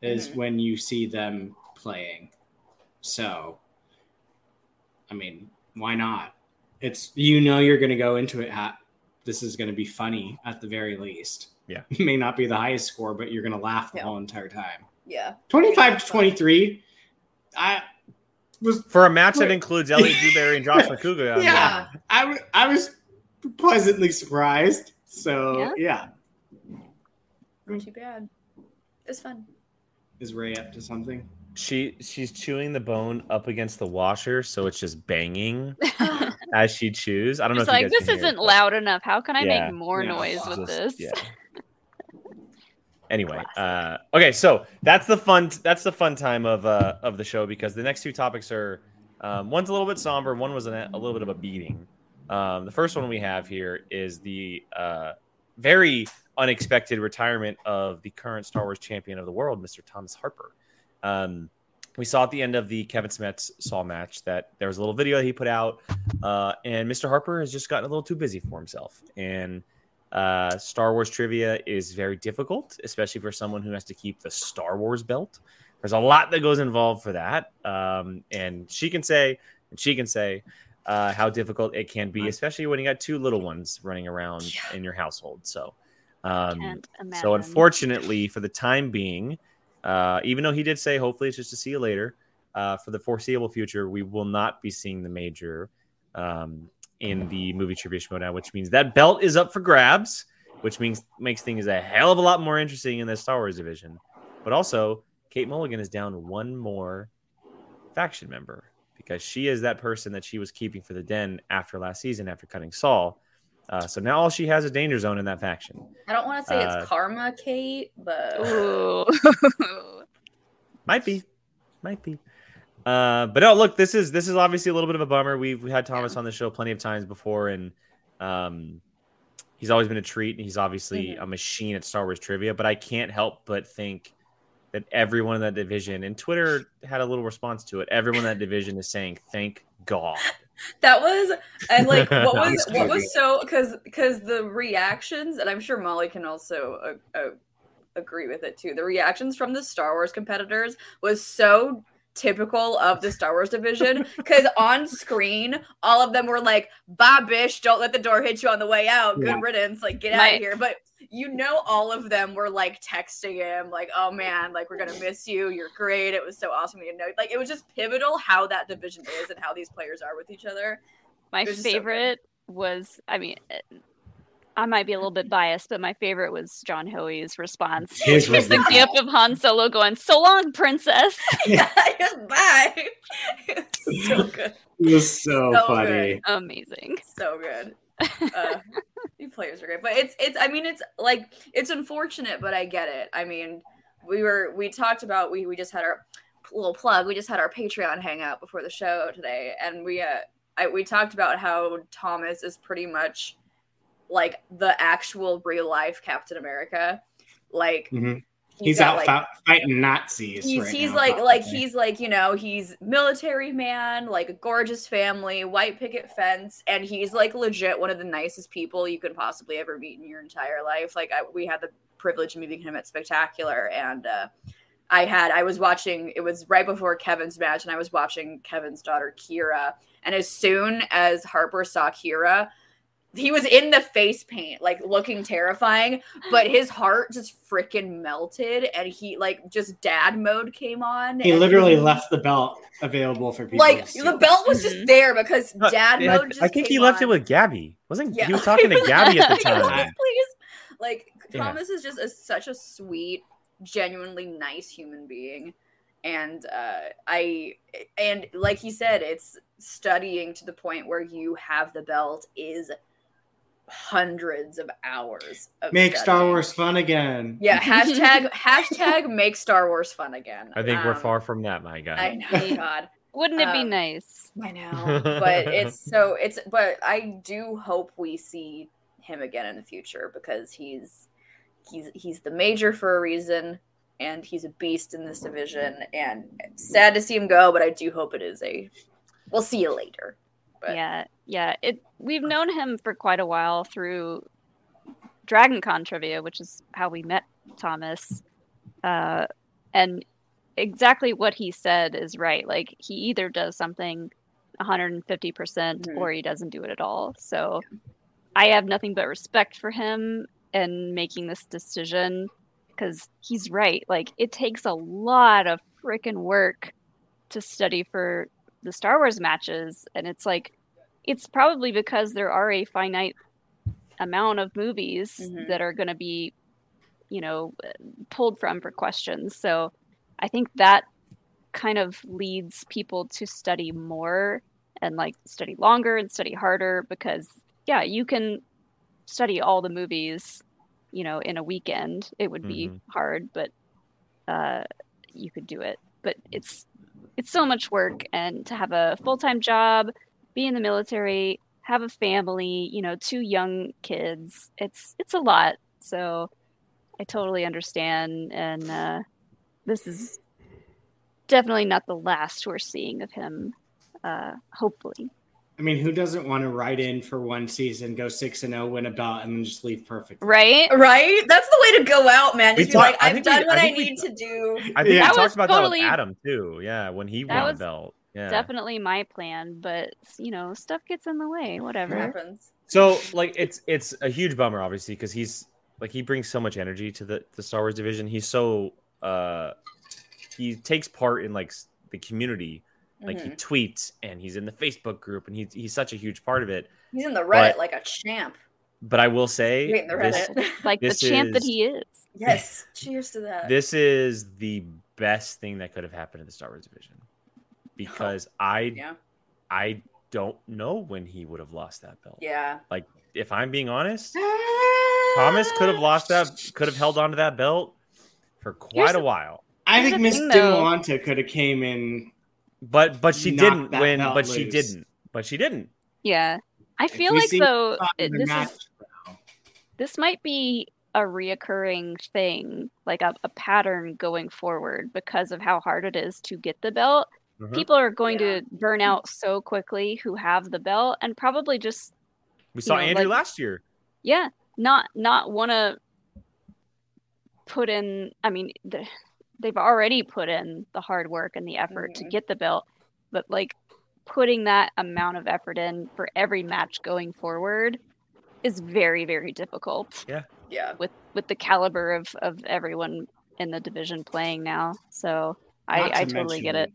S4: is
S2: Mhm.
S4: when you see them playing. So, I mean, why not? It's you know you're going to go into it. Ha- this is going to be funny at the very least.
S1: Yeah.
S4: may not be the highest score, but you're going to laugh the
S2: Yeah.
S4: whole entire time.
S2: Yeah.
S4: 25 to 23 i was
S1: for a match that
S4: Wait.
S1: includes Elliot Dewberry and Josh McCougar. I mean,
S4: Yeah. i, w- I was pleasantly surprised so yeah.
S2: Not too bad. It's fun.
S4: is ray up to something
S1: she she's chewing the bone up against the washer, so it's just banging as she chews. I don't
S3: It's
S1: know. If
S3: like
S1: you guys
S3: this
S1: can hear it,
S3: isn't
S1: but
S3: loud enough. How can I
S1: Yeah.
S3: make more
S4: Yeah.
S3: noise
S1: it's
S3: with
S1: just-
S3: this?
S1: yeah. Anyway, uh, okay, so that's the fun. That's the fun time of uh, of the show because the next two topics are um, one's a little bit somber, one was an, a little bit of a beating. Um, the first one we have here is the uh, very unexpected retirement of the current Star Wars champion of the world, Mr. Thomas Harper. Um, we saw at the end of the Kevin Smets Saw match that there was a little video he put out, uh, and Mr. Harper has just gotten a little too busy for himself. And uh, Star Wars trivia is very difficult, especially for someone who has to keep the Star Wars belt. There's a lot that goes involved for that. Um, and she can say, and she can say, uh, how difficult it can be, especially when you got two little ones running around
S2: Yeah.
S1: in your household. So, um,
S3: Can't imagine.
S1: so unfortunately, for the time being, uh, even though he did say hopefully it's just to see you later, uh, for the foreseeable future, we will not be seeing the major um, in the movie trivia showdown, which means that belt is up for grabs, which means makes things a hell of a lot more interesting in the Star Wars division. But also, Kate Mulligan is down one more faction member because she is that person that she was keeping for the den after last season after cutting Saul. Uh, so now all she has is Danger Zone in that faction.
S2: I don't want to say
S1: Uh,
S2: it's karma, Kate, but
S3: Ooh.
S1: Might be, might be. Uh, but no, look, this is this is obviously a little bit of a bummer. We've we had Thomas on the show plenty of times before, and um, he's always been a treat, and he's obviously a machine at Star Wars trivia. But I can't help but think that everyone in that division, and Twitter had a little response to it. Everyone in that division is saying, "Thank God."
S2: that was and like what was
S4: That's
S2: what
S4: good.
S2: was so because because the reactions and I'm sure Molly can also uh, uh, agree with it too. The reactions from the Star Wars competitors was so typical of the Star Wars division because on screen all of them were like, "Bye, bish! Don't let the door hit you on the way out. Good
S4: Yeah.
S2: riddance! Like get out
S3: My-
S2: of here!" But you know, all of them were like texting him, like, "Oh man, like we're gonna miss you. You're great. It was so awesome to know." Like it was just pivotal how that division is and how these players are with each other.
S3: My
S2: It was so good.
S3: favorite was, I mean, it- I might be a little bit biased, but my favorite was John Hoey's response.
S4: His was
S3: the
S4: the
S3: gif of Han Solo going, "So long, princess."
S2: Just bye. It's so good,
S4: it was so,
S2: So
S4: funny
S3: Amazing.
S2: so good. Uh, you players are great, but it's it's. I mean, it's like it's unfortunate, but I get it. I mean, we were we talked about we we just had our little plug. We just had our Patreon hangout before the show today, and we uh I, we talked about how Thomas is pretty much like the actual real life Captain America. Like
S4: Mhm.
S2: he's
S4: He's
S2: got,
S4: out
S2: like-
S4: fi- fighting Nazis.
S2: he's,
S4: right
S2: he's
S4: now,
S2: like like
S4: probably.
S2: he's like you know he's military man like a gorgeous family white picket fence and he's like legit one of the nicest people you could possibly ever meet in your entire life like I, we had the privilege of meeting him at spectacular and uh, i had i was watching it was right before kevin's match and i was watching kevin's daughter kira and as soon as harper saw kira he was in the face paint like looking terrifying but his heart just freaking melted and he like just dad mode came on
S4: He
S2: and
S4: literally left the belt available for people.
S2: like
S4: to see.
S2: the belt was just
S3: Mhm.
S2: there because
S1: Uh,
S2: dad
S1: I,
S2: mode just
S1: I think he
S2: came
S1: left it
S2: on.
S1: with Gabby. Wasn't
S2: Yeah.
S1: he was talking to Gabby at the
S2: He was,
S1: time?
S2: please like
S1: Yeah.
S2: thomas is just a, such a sweet genuinely nice human being and uh i and like he said it's studying to the point where you have the belt is hundreds of hours of
S4: Make Star
S2: studying.
S4: Wars fun again.
S2: yeah hashtag hashtag make star wars fun again
S1: I think we're
S2: Um,
S1: far from that, my guy.
S2: I know, God.
S3: Wouldn't it
S1: Uh,
S3: be
S2: Um,
S3: nice?
S2: I know. But it's so it's but I do hope we see him again in the future because he's he's he's the major for a reason and he's a beast in this division and it's sad to see him go, but I do hope it is a we'll see you later. But
S3: Yeah, yeah. It we've known him for quite a while through Dragon Con trivia, which is how we met Thomas. Uh, and exactly what he said is right. Like he either does something 150 percent
S2: Mhm.
S3: or he doesn't do it at all. So I have nothing but respect for him in making this decision because he's right. Like it takes a lot of freaking work to study for the Star Wars matches, and it's like it's probably because there are a finite amount of movies
S2: Mhm.
S3: that are going to be you know pulled from for questions so i think that kind of leads people to study more and like study longer and study harder because yeah you can study all the movies you know in a weekend it would be
S1: Mhm.
S3: hard but uh you could do it but it's it's so much work and to have a full-time job be in the military have a family you know two young kids it's it's a lot so i totally understand and uh this is definitely not the last we're seeing of him uh hopefully
S4: I mean, who doesn't want to write in for one season, go six and zero, win a belt, and then just leave perfect?
S3: right
S2: right? That's the way to go out, man.
S1: We
S2: Just be
S1: talk-
S2: like,
S1: I
S2: I've
S1: think we-
S2: done what
S1: I
S2: I,
S1: think we-
S2: need to do.
S1: I think
S4: Yeah.
S1: we
S3: That
S1: talked
S3: was
S1: about
S3: totally-
S1: that with Adam too. Yeah, when he
S3: That
S1: won
S3: was
S1: the belt. Yeah.
S3: definitely my plan but you know stuff gets in the way
S2: It
S3: whatever
S2: happens.
S1: So like it's it's a huge bummer, obviously, because he's like he brings so much energy to the the Star Wars division. He's so uh he takes part in like s- the community. Like he
S2: Mhm.
S1: tweets and he's in the Facebook group and he's he's such a huge part of it.
S2: He's in the Reddit
S1: But-
S2: like a champ.
S1: But I will say
S2: Wait, in the
S1: this,
S2: Reddit.
S3: like the
S1: This
S3: champ that
S1: is-
S3: he is
S2: yes. Cheers to that.
S1: this is the best thing that could have happened to the Star Wars division because I
S2: yeah.
S1: I don't know when he would have lost that belt.
S2: Yeah.
S1: If I'm being honest, Thomas could have lost that could have held on to that belt for quite
S3: Here's
S1: a
S3: the-
S1: while.
S4: I
S3: Here's
S4: think
S3: the
S4: Miss
S3: thing, though.
S4: Dimolanta could have came in.
S1: But but she
S4: Knock
S1: didn't
S4: that
S1: win.
S4: belt
S1: But she
S4: loose.
S1: didn't. But she didn't.
S3: yeah i feel
S4: we
S3: like
S4: see
S3: though
S4: thought
S3: Uh, it-
S4: in the
S3: this is
S4: match-
S3: this might be a reoccurring thing, like a, a pattern going forward because of how hard it is to get the belt.
S1: Mhm.
S3: People are going
S2: Yeah.
S3: to burn out so quickly who have the belt and probably just
S1: We saw
S3: know,
S1: Andrew
S3: like-
S1: last year.
S3: yeah, not not want to put in I mean the, they've already put in the hard work and the effort to
S4: Mm-hmm.
S2: Mhm.
S3: get the belt, but like putting that amount of effort in for every match going forward is very very difficult
S2: Yeah.
S3: with with the caliber of of everyone in the division playing now. So I
S4: Not to
S3: I totally get it.
S4: mention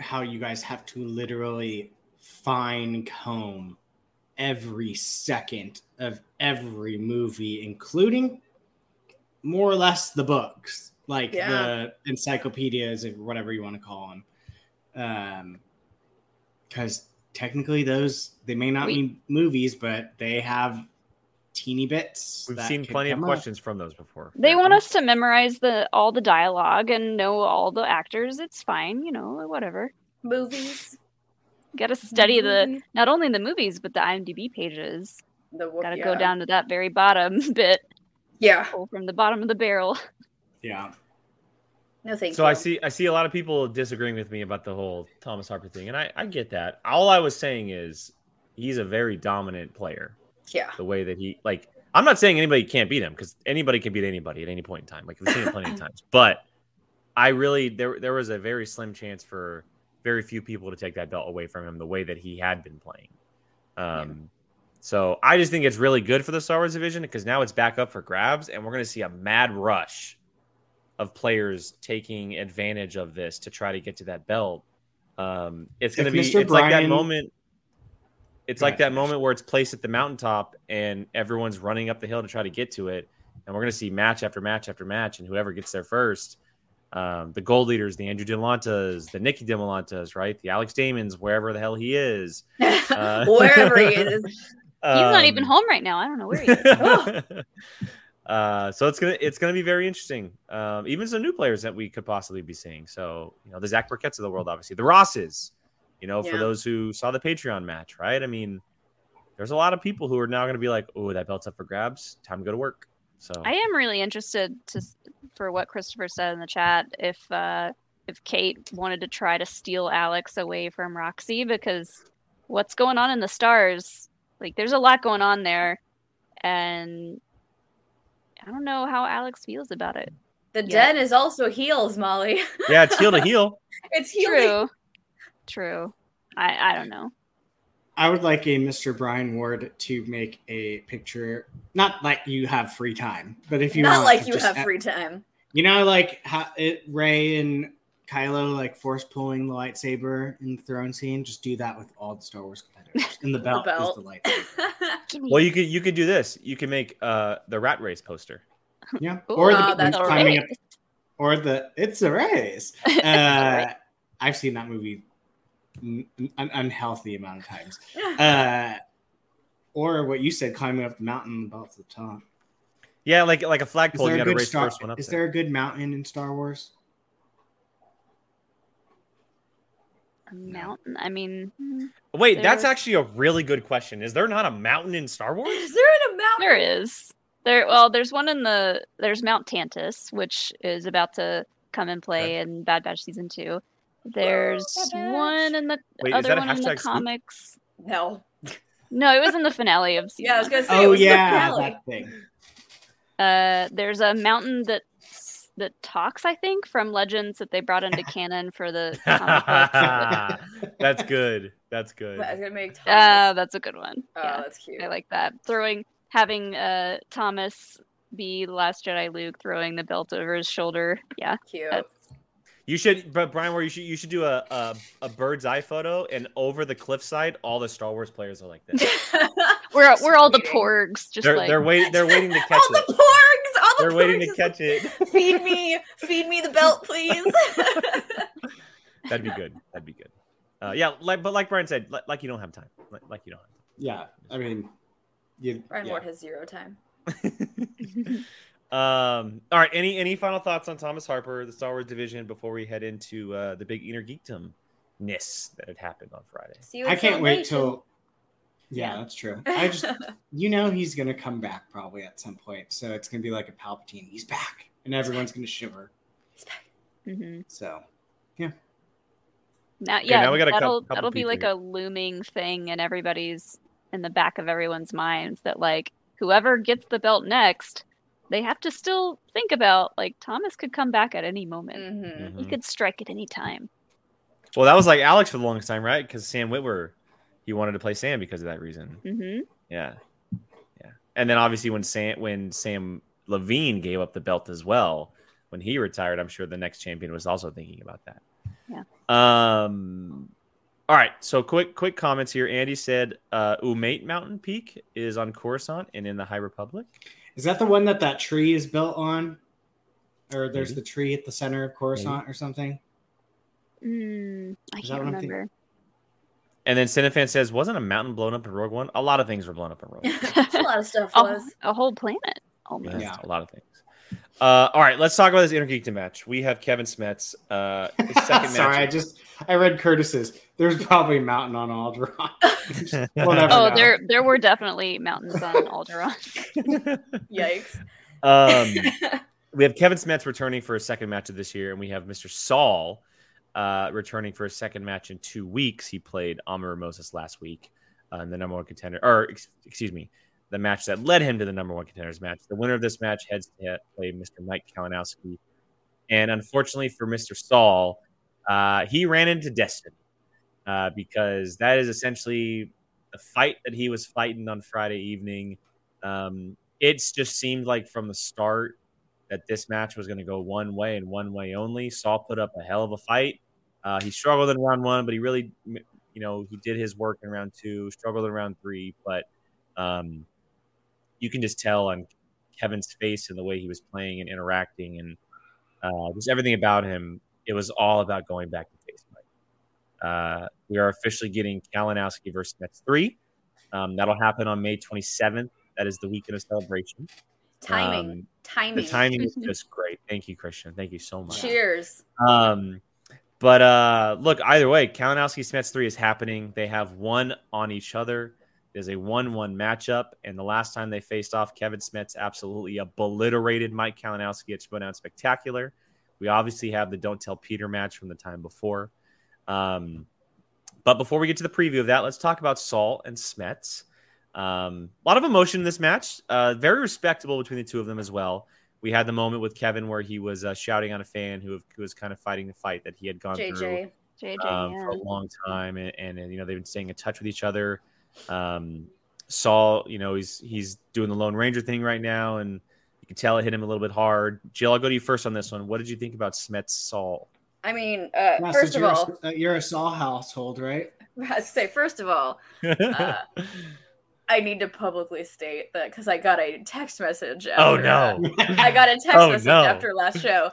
S4: How you guys have to literally fine comb every second of every movie, including more or less the books, like
S2: Yeah.
S4: the encyclopedias or whatever you want to call them. Because technically, those they may not
S3: We-
S4: be movies, but they have teeny bits.
S1: We've
S4: that
S1: seen
S4: could
S1: plenty of
S4: come up.
S1: questions from those before.
S3: They want us to memorize the all the dialogue and know all the actors. It's fine, you know, whatever.
S2: Movies.
S3: Got to study
S4: Mm-hmm.
S3: the not only the movies but the IMDb pages.
S2: The wo-
S3: Got to
S2: yeah.
S3: go down to that very bottom bit,
S2: Yeah.
S3: pull from the bottom of the barrel.
S4: Yeah.
S2: No, thank
S1: So
S2: you.
S1: I see I see a lot of people disagreeing with me about the whole Thomas Harper thing, and I, I get that. All I was saying is he's a very dominant player.
S2: Yeah.
S1: The way that he like I'm not saying anybody can't beat him because anybody can beat anybody at any point in time. Like we've seen it plenty of times. But I really there there was a very slim chance for very few people to take that belt away from him the way that he had been playing. Um So I just think it's really good for the Star Wars division because now it's back up for grabs, and we're going to see a mad rush of players taking advantage of this to try to get to that belt. Um, it's
S4: If
S1: going to be
S4: Mr.
S1: it's like that
S4: Bryan-
S1: moment. It's
S4: Go
S1: like
S4: ahead,
S1: that
S4: finish.
S1: moment where it's placed at the mountaintop and everyone's running up the hill to try to get to it, and we're going to see match after match after match, and whoever gets there first, um, the gold leaders, the Andrew Delantas, the Nicky Delantas, right, the Alex Damons, wherever the hell he is. Uh,
S2: Wherever he is.
S3: He's not even
S1: um,
S3: home right now. I don't know where he is.
S2: Oh.
S1: uh, so it's gonna it's gonna be very interesting. Um, even some new players that we could possibly be seeing. So you know the Zach Burkett's of the world, obviously the Rosses. You know, for
S2: Yeah.
S1: those who saw the Patreon match, right? I mean, there's a lot of people who are now gonna be like, "Oh, that belt's up for grabs. Time to go to work." So
S3: I am really interested to s- for what Christopher said in the chat if uh, if Kate wanted to try to steal Alex away from Roxy because what's going on in the stars like there's a lot going on there and I don't know how Alex feels about it.
S2: The
S3: Yeah.
S2: den is also heels, Molly.
S1: yeah, it's heel to heel.
S2: it's healing.
S3: True, true. I I don't know.
S4: I would like a Mr. Brian Ward to make a picture. Not like you have free time, but if you
S2: Not
S4: want
S2: like
S4: to
S2: you
S4: just
S2: have free time.
S4: You know, like how it, Ray and Kylo like force pulling the lightsaber in the throne scene. Just do that with all the Star Wars competitors, and the belt,
S2: belt.
S4: is the lightsaber.
S3: Give me
S1: Well, you could you could do this. You can make uh, the Rat Race poster.
S4: Yeah,
S3: Ooh,
S4: or the
S2: wow,
S4: balloons
S2: that's
S3: a
S4: climbing up,
S3: race.
S4: or the it's a race. Uh, I've seen that movie an an unhealthy amount of times. Uh, or what you said, climbing up the mountain, the belt to the top.
S1: Yeah, like like a
S4: Is
S1: flagpole. You
S4: there a
S1: got to
S4: good
S1: race the
S4: star?
S1: first one up.
S4: Is
S1: there.
S4: there a good mountain in Star Wars?
S3: a mountain. I mean,
S2: Mm-hmm.
S3: mm,
S1: Wait, that's
S3: there-
S1: actually a really good question. Is there not a mountain in Star Wars?
S2: is there an amount?
S3: there is. There well, there's one in the there's Mount Tantus, which is about to come and play in Bad Batch season two. There's
S2: Bad
S3: one in the
S1: Wait, is
S3: other
S1: that a
S3: one in the
S1: hashtag scoop?
S3: comics.
S2: No.
S3: No, it was in the finale of season.
S2: Yeah, I was
S3: one.
S2: gonna say. it
S4: Oh
S2: was the
S4: yeah,
S2: finale.
S4: that thing.
S3: Uh, there's a mountain that s- that talks, I think, from Legends that they brought into canon for the comic books.
S1: that's good. That's good.
S2: I was gonna make.
S3: Uh,
S2: Thomas.
S3: that's a good one.
S2: oh,
S3: yeah.
S2: that's cute.
S3: I like that. Throwing, having uh, Thomas be the last Jedi Luke, throwing the belt over his shoulder. Yeah.
S2: cute.
S3: that's-
S1: You should, but Brian, where you should you should do a, a a bird's eye photo, and over the cliffside, all the Star Wars players are like this.
S3: We're, we're all the
S2: Fascinating.
S3: porgs, just
S1: they're
S3: like
S1: they're waiting they're waiting to catch
S2: all
S1: it.
S2: the porgs. All the
S1: They're waiting to
S2: porgs.
S1: catch it.
S2: Feed me, feed me the belt, please.
S1: That'd be good. That'd be good. Uh, yeah, like but like Brian said, li- like you don't have time. Like, like you don't. Have time.
S4: Yeah, I mean, you,
S2: Brian
S4: yeah.
S2: Ward has zero time.
S1: Um. All right. Any any final thoughts on Thomas Harper, the Star Wars division, before we head into uh, the big inner geekdom ness that had happened on Friday?
S2: See you
S4: I
S2: at
S4: can't wait
S2: Celebration.
S4: till. Yeah, that's true. I just, you know, he's gonna come back probably at some point, so it's gonna be like a Palpatine. He's back, and everyone's gonna shiver.
S3: Mhm.
S4: So
S3: Now, yeah,
S1: now we got a cou-
S3: that'll
S1: couple
S3: that'll be
S1: people
S3: like
S1: here.
S3: a looming thing in everybody's in the back of everyone's minds that like whoever gets the belt next, they have to still think about like Thomas could come back at any moment.
S2: Mhm.
S3: He could strike at any time.
S1: Well, that was like Alex for the longest time, right? Because Sam Witwer, he wanted to play Sam because of that reason.
S3: hmm
S1: Yeah, yeah. And then obviously when Sam when Sam Levine gave up the belt as well when he retired, I'm sure the next champion was also thinking about that.
S3: Yeah.
S1: Um. All right. So quick quick comments here. Andy said, uh, "Umate Mountain Peak is on Coruscant and in the High Republic."
S4: is that the one that that tree is built on? Or there's
S1: Maybe.
S4: the tree at the center of Coruscant or something.
S3: Mm, I
S4: Is that
S3: can't
S4: what I'm thinking?
S3: remember.
S1: And then Cinefan says, "Wasn't a mountain blown up in Rogue One? A lot of things were blown up in Rogue." One.
S2: Mm-hmm. a lot of stuff
S3: a,
S2: was.
S3: a whole planet almost.
S1: Yeah, a lot of things. Uh, all right, let's talk about this intergeekdom match. We have Kevin Smets. Uh, his second
S4: Sorry, I
S1: match.
S4: just I read Curtis's. There's probably a mountain on Alderaan. Just- we'll never
S3: Oh,
S4: know.
S3: there there were definitely mountains on Alderaan.
S2: Yikes.
S1: Um, we have Kevin Smets returning for a second match of this year, and we have Mr. Saul uh, returning for a second match in two weeks. He played Amir Moses last week, uh, the number one contender, or ex- excuse me, the match that led him to the number one contenders match. The winner of this match heads to play Mr. Mike Kalinowski. And unfortunately for Mr. Saul, uh, he ran into destiny uh, because that is essentially the fight that he was fighting on Friday evening. Um, it's just seemed like from the start that this match was going to go one way and one way only. Saul put up a hell of a fight. Uh, he struggled in round one, but he really, you know, he did his work in round two, struggled in round three. But um, you can just tell on Kevin's face and the way he was playing and interacting and uh, just everything about him, it was all about going back to face Mike. Uh, we are officially getting Kalinowski versus Mets 3. Um, that'll happen on May 27th. That is the weekend of celebration.
S2: Timing.
S1: Um,
S2: timing.
S1: The timing is just great. Thank you, Christian. Thank you so much.
S2: Cheers.
S1: Um, but uh, look, either way, Kalinowski Smets 3 is happening. They have one on each other. It is a 1 1 matchup. And the last time they faced off, Kevin Smets absolutely obliterated Mike Kalinowski at Spinout Spectacular. We obviously have the Don't Tell Peter match from the time before. Um, but before we get to the preview of that, let's talk about Saul and Smets. Um, a lot of emotion in this match. Uh, very respectable between the two of them as well we had the moment with Kevin where he was uh, shouting on a fan who, who was kind of fighting the fight that he had gone through
S2: JJ.
S3: JJ,
S1: um, for a
S3: yeah.
S1: long time, and, and, and, you know they've been staying in touch with each other. Um, Saul, you know, he's he's doing the Lone Ranger thing right now, and you can tell it hit him a little bit hard. Jill, I'll go to you first on this one. What did you think about Smets Saul?
S2: I mean, uh,
S4: Nah,
S2: first
S4: since
S2: of
S4: you're a-
S2: all,
S4: uh, you're a Saul household, right?
S2: I have to say, first of all, Uh, I need to publicly state that because I got a text message. After,
S1: oh no!
S2: I got a text
S1: Oh,
S2: message
S1: no.
S2: after last show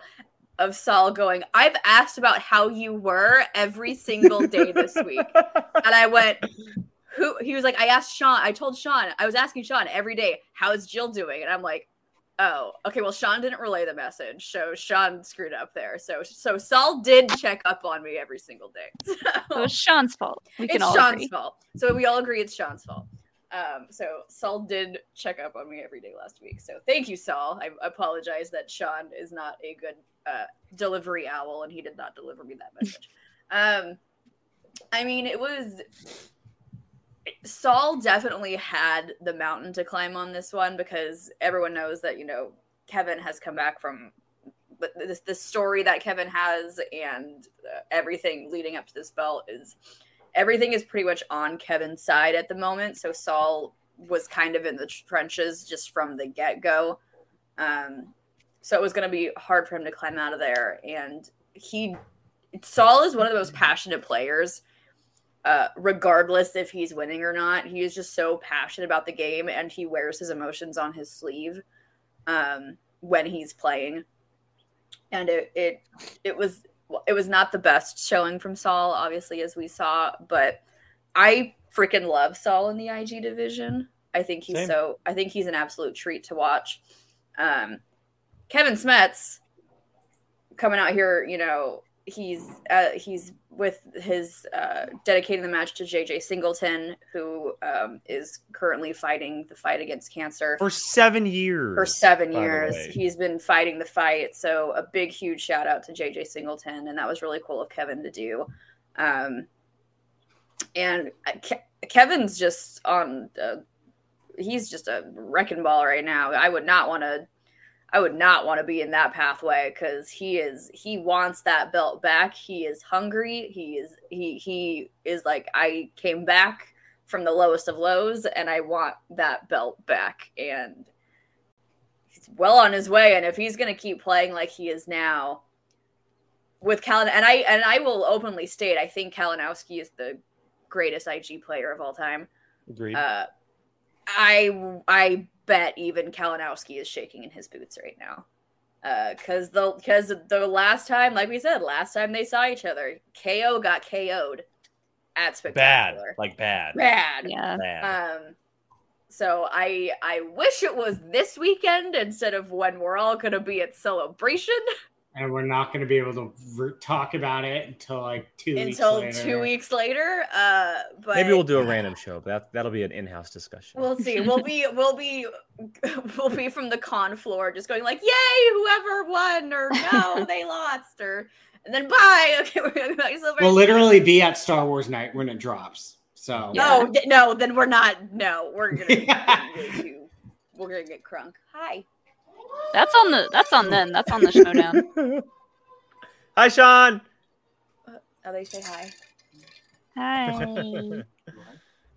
S2: of Saul going, I've asked about how you were every single day this week. And I went, Who? He was like, I asked Sean, I told Sean, I was asking Sean every day, How's Jill doing? And I'm like, Oh, okay. Well, Sean didn't relay the message, so Sean screwed up there. So, so Saul did check up on me every single day.
S3: It was Sean's fault. We can
S2: it's
S3: all
S2: Sean's
S3: agree.
S2: fault. So we all agree it's Sean's fault. Um, so Saul did check up on me every day last week. So thank you, Saul. I apologize that Sean is not a good uh, delivery owl, and he did not deliver me that message. um, I mean, it was Saul definitely had the mountain to climb on this one because everyone knows that you know Kevin has come back from but this the story that Kevin has and uh, everything leading up to this belt is everything is pretty much on Kevin's side at the moment. So Saul was kind of in the trenches just from the get go. Um, so it was going to be hard for him to climb out of there. And he, Saul is one of the most passionate players, uh, regardless if he's winning or not. He is just so passionate about the game and he wears his emotions on his sleeve um, when he's playing. And it, it, it was well, it was not the best showing from Saul, obviously, as we saw, but I freaking love Saul in the IG division. I think he's
S1: Same.
S2: so I think he's an absolute treat to watch. Um Kevin Smets coming out here, you know, he's uh, he's with his uh, dedicating the match to JJ Singleton, who um, is currently fighting the fight against cancer
S1: For seven years.
S2: for seven
S1: by the
S2: years.
S1: way.
S2: He's been fighting the fight. So a big, huge shout out to JJ Singleton, and that was really cool of Kevin to do. Um, and uh, Ke- Kevin's just on. Uh, he's just a wrecking ball right now. I would not want to. I would not want to be in that pathway because he is. He wants that belt back. He is hungry. He is. He he is like I came back from the lowest of lows and I want that belt back and he's well on his way and if he's going to keep playing like he is now with Kalin and I and I will openly state I think Kalinowski is the greatest IG player of all time.
S1: Agreed.
S2: Uh, I I bet even Kalinowski is shaking in his boots right now. Because the because the last time, like we said, last time they saw each other, KO got KO'd, at
S1: Bad,
S2: spectacular.
S1: like bad,
S2: Bad.
S3: Yeah.
S1: bad.
S2: Um, so I I wish it was this weekend instead of when we're all gonna be at celebration
S4: and we're not going to be able to re- talk about it until like two
S2: until
S4: weeks later.
S2: two weeks later. Uh, but
S1: Maybe we'll do a random show, but that, that'll be an in-house discussion.
S2: We'll see. We'll be we'll be we'll be from the con floor just going like, "Yay, whoever won!" or "No, they lost!" or and then bye. Okay, we're going to talk silver.
S4: We'll literally be at Star Wars night when it drops. So
S2: No, th- no, then we're not. No, we're gonna, we're gonna do- we're gonna get crunk. Hi.
S3: That's on the that's on them. That's on the showdown.
S1: Hi, Sean.
S2: Oh, they say hi.
S3: Hi.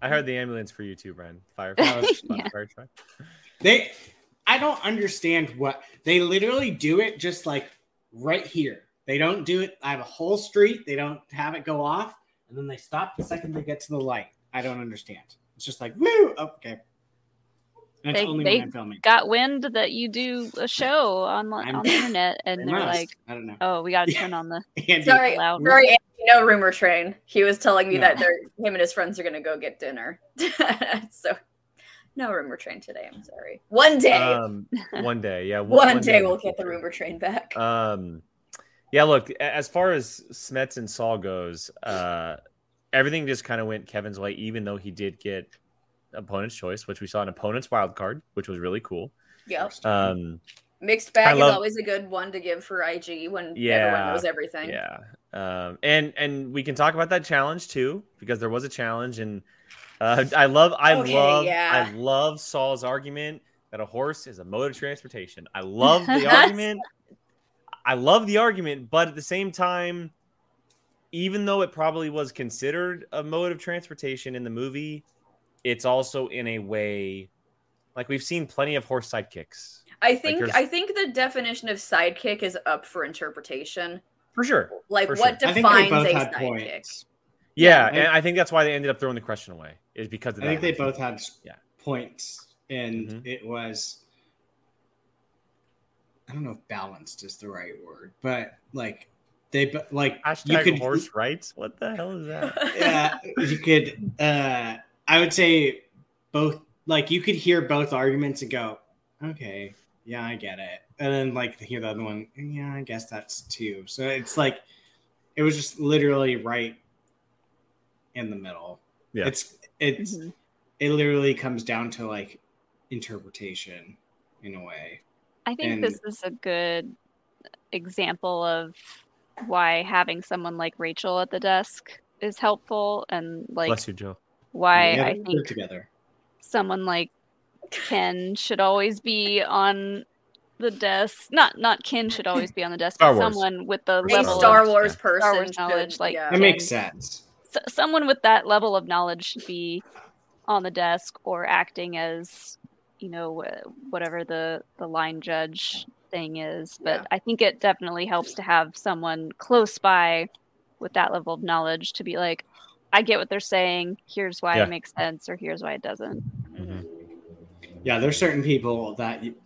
S1: I heard the ambulance for you too, Brian. Fire,
S4: That was
S1: fire,
S3: Yeah.
S1: fire truck.
S4: they, I don't understand what they literally do it just like right here. They don't do it. I have a whole street. They don't have it go off, and then they stop the second they get to the light. I don't understand. It's just like woo. oh, Okay. And it's
S3: They-
S4: only
S3: they
S4: when I'm filming.
S3: Got wind that you do a show on li-
S4: I'm-
S3: on the internet, and
S4: They
S3: they're
S4: must.
S3: like,
S4: I don't know.
S3: "Oh, we got to
S4: Yeah.
S3: turn on the."
S4: Andy,
S2: Sorry,
S3: loud.
S2: sorry, Andy, no rumor train. He was telling me
S4: No.
S2: that they're, him and his friends are gonna go get dinner. so, no rumor train today. I'm sorry. One day,
S1: Um, one day, yeah.
S2: one, day we'll get the
S1: room.
S2: rumor train back.
S1: Um, yeah, look, a- as far as Smets and Saul goes, uh, everything just kind of went Kevin's way, even though he did get opponent's choice, which we saw an opponent's wild card, which was really cool.
S2: yep.
S1: Um,
S2: Mixed
S1: I
S2: bag
S1: love-
S2: is always a good one to give for IG when everyone
S1: Yeah,
S2: knows everything.
S1: yeah. Um, and and we can talk about that challenge too, because there was a challenge, and uh, I love, I
S2: Okay,
S1: love,
S2: yeah.
S1: I love Saul's argument that a horse is a mode of transportation. I love the argument. I love the argument, but at the same time, even though it probably was considered a mode of transportation in the movie, it's also in a way like we've seen plenty of horse sidekicks
S2: I think
S1: there's-
S2: I think the definition of sidekick is up for interpretation.
S1: for sure.
S2: Like
S1: For
S2: what
S4: sure. I think they
S2: defines
S4: both
S2: a
S4: had
S2: sidekick?
S4: points.
S1: Yeah,
S4: Yeah, I-
S1: and I think that's why they ended up throwing the question away is because of
S4: I
S1: that
S4: think they
S1: reason.
S4: both had s-
S1: Yeah.
S4: points, and
S1: Mhm.
S4: it was. I don't know if balanced is the right word, but like they bo- like
S1: Hashtag horse rights. What the hell is that?
S4: Yeah, you could. uh I would say both. Like you could hear both arguments and go, okay, yeah, I get it, and then like hear the other one, yeah, I guess that's two. So it's like it was just literally right in the middle.
S1: Yeah.
S4: it's it's
S3: Mhm.
S4: it literally comes down to like interpretation in a way.
S3: I think
S4: And-
S3: this is a good example of why having someone like Rachel at the desk is helpful, and like
S1: Bless you, Joe.
S3: why
S4: Yeah,
S3: I
S4: they're
S3: think
S4: together.
S3: someone like Ken should always be on the desk. Not not Ken should always be on the desk,
S1: Star
S3: but
S1: Wars.
S3: someone with the
S2: A
S3: level
S2: Star
S1: of-
S2: Wars
S1: yeah.
S2: person,
S3: Star Wars
S2: should-
S3: knowledge, like-
S2: yeah.
S4: That makes sense.
S3: s- someone with that level of knowledge should be on the desk or acting as you know wh- whatever the the line judge thing is but
S2: Yeah.
S3: i think it definitely helps to have someone close by with that level of knowledge to be like i get what they're saying here's why
S1: Yeah.
S3: it makes sense or here's why it doesn't
S4: Yeah, there's certain people that you-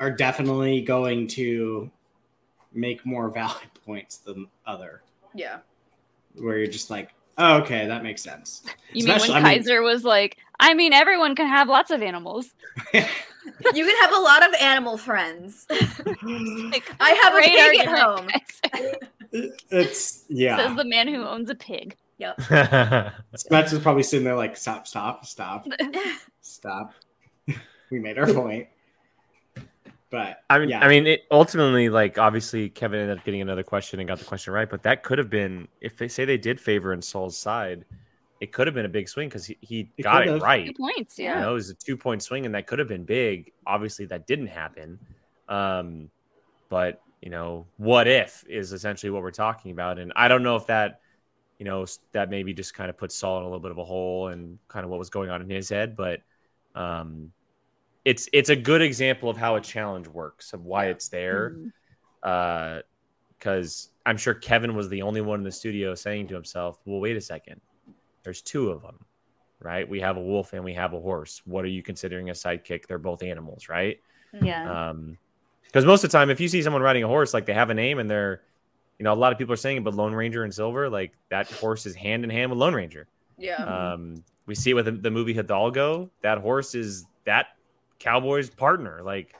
S4: are definitely going to make more valid points than other,
S2: yeah.
S4: where you're just like, oh, okay, that makes sense.
S3: you
S4: Especially-
S3: mean
S4: I mean-
S3: when kaiser was like i mean everyone can have lots of animals
S2: You can have a lot of animal friends.
S3: Like,
S2: I have a
S3: great
S2: pig at
S3: argument,
S2: home.
S3: Kaiser,
S4: it's
S3: says
S4: yeah.
S3: the man who owns a pig
S4: That's just probably sitting there like, stop, stop, stop, stop. we made our point. But
S1: I mean,
S4: yeah.
S1: I mean, it ultimately, like, obviously, Kevin ended up getting another question and got the question right, but that could have been if they say they did favor in Saul's side, it could have been a big swing because he, he
S4: It
S1: got
S4: could
S1: it
S4: have.
S1: right.
S3: two points
S1: You
S3: yeah
S1: know, it was a two point swing, and that could have been big. Obviously, that didn't happen. Um, but you know, what if is essentially what we're talking about, and I don't know if that, you know, s- that maybe just kind of put Saul in a little bit of a hole and kind of what was going on in his head. But um, it's it's a good example of how a challenge works, of why it's there
S3: Mhm.
S1: because uh, I'm sure Kevin was the only one in the studio saying to himself, "Well, wait a second. There's two of them, right? We have a wolf and we have a horse. What are you considering a sidekick? They're both animals, right?
S3: yeah
S1: Uh, Um, because most of the time, if you see someone riding a horse, like they have a name and they're you know, a lot of people are saying, it, but Lone Ranger and Silver, like that horse is hand in hand with Lone Ranger.
S2: Yeah.
S1: Um, we see it with the, the movie Hidalgo. That horse is that cowboy's partner. Like,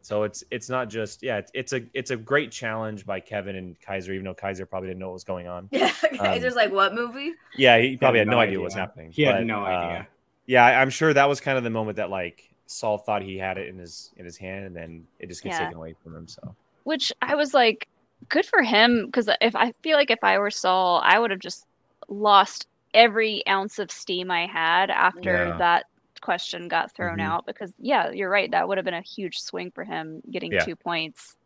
S1: so it's it's not just yeah. It's, it's a it's a great challenge by Kevin and Kaiser, even though Kaiser probably didn't know what was going on.
S2: yeah.
S1: um,
S2: Kaiser's like, what movie?
S1: Yeah, he probably had,
S4: no
S1: no idea,
S4: idea.
S1: what was happening.
S4: He had
S1: but,
S4: no
S1: uh,
S4: idea.
S1: yeah, I- I'm sure that was kind of the moment that like Saul thought he had it in his in his hand, and then it just gets
S3: Yeah.
S1: taken away from him. So
S3: which I was like, good for him, because if I feel like if I were Saul, I would have just lost every ounce of steam I had after
S1: Yeah.
S3: that question got thrown
S1: Mhm.
S3: out. Because yeah, you're right, that would have been a huge swing for him getting
S1: Yeah.
S3: two points,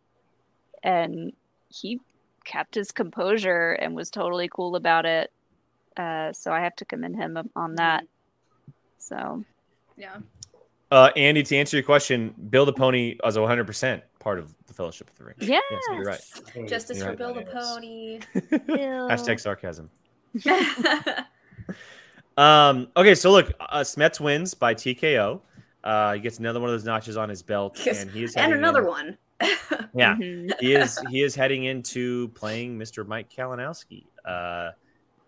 S3: and he kept his composure and was totally cool about it. Uh, so I have to commend him on- on that.
S2: Mm-hmm.
S3: So
S2: Yeah.
S1: Uh, Andy, to answer your question, Build a Pony is 100% part of the Fellowship of the Ring.
S3: yes,
S1: Yes, you're right.
S2: Justice
S1: You're
S2: for
S1: right.
S2: Build a Pony.
S1: Hashtag sarcasm.
S2: yeah.
S1: Um, okay, so look, uh, Smets wins by TKO. Uh, he gets another one of those notches on his belt,
S2: Yes,
S1: and he is
S2: And
S1: heading
S2: another
S1: in-
S2: one.
S1: Uh, Yeah,
S3: Mhm.
S1: he is he is heading into playing Mr. Mike Kalinowski. Uh,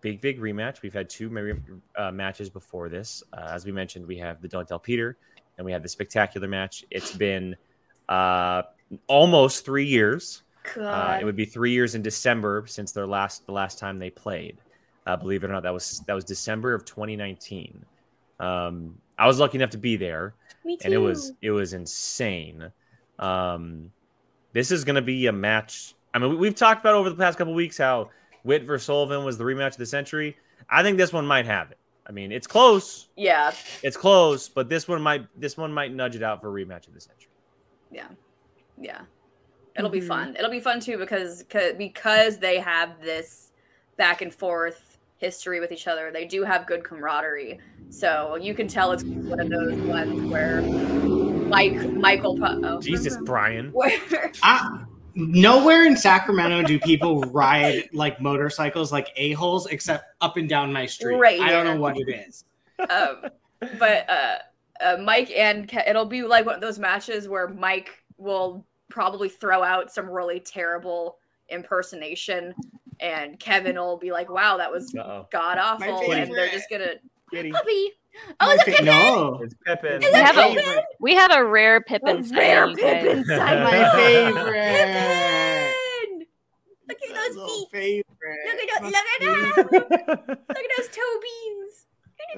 S1: big big rematch. We've had two ma- uh, matches before this. Uh, as we mentioned, we have the Don't Tell Peter, and we have the spectacular match. It's been uh, almost three years Uh,
S2: God.
S1: it would be three years in December since their last the last time they played. Uh, believe it or not, that was that was December of 2019. Um, I was lucky enough to be there,
S2: Me too.
S1: and it was it was insane. Um, this is going to be a match. I mean, we- we've talked about over the past couple weeks how Witt versus Sullivan was the rematch of the century. I think this one might have it. I mean, it's close,
S2: Yeah.
S1: it's close, but this one might this one might nudge it out for rematch of the century.
S2: Yeah. It'll be
S3: Mhm.
S2: fun. It'll be fun too because 'cause- because they have this back and forth history with each other. They do have good camaraderie. So you can tell it's one of those ones where Mike Michael pro- oh,
S1: Jesus, Brian.
S2: where
S4: I, nowhere in Sacramento do people ride like motorcycles like a-holes except up and down my street.
S2: Right
S4: I don't
S2: here.
S4: know what it is.
S2: um, but uh, uh, Mike and Ke- it'll be like one of those matches where Mike will probably throw out some really terrible impersonation, and Kevin will be like, "Wow, that was
S1: Uh-oh.
S2: god awful," and they're just gonna
S1: Kitty.
S2: puppy. Oh, it's a pippin.
S4: no.
S1: It's Pippin.
S2: Is
S3: We
S2: that
S3: have
S2: Pippin?
S3: a we have a rare Pippin.
S2: A
S3: sighting,
S2: rare
S3: you guys.
S2: Pippin sighting.
S4: My favorite.
S2: Pippin! Look at
S4: That's
S2: those
S4: a
S2: feet.
S4: favorite.
S2: Look at those. Look at that. Look at those toe beans.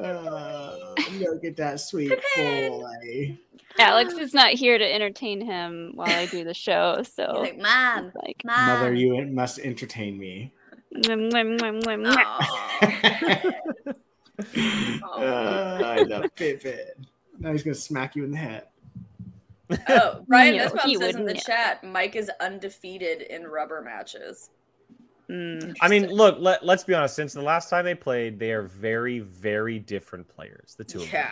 S4: Uh, look at that sweet boy.
S3: Alex is not here to entertain him while I do the show,
S2: He's
S3: so
S2: like, mom,
S3: he's like,
S2: mom.
S4: Mother, you must entertain me.
S3: "Mwah, mwah, mwah, mwah, mwah."
S2: Aw.
S4: uh, I love Pippin. Now he's gonna smack you in the head.
S2: Oh, Brian
S3: No,
S2: Nussbaum
S3: he
S2: says in
S3: wouldn't.
S2: the chat, Mike is undefeated in rubber matches. Oh.
S3: Mm.
S1: I mean, look, let, let's be honest. Since the last time they played, they are very, very different players, the two of them.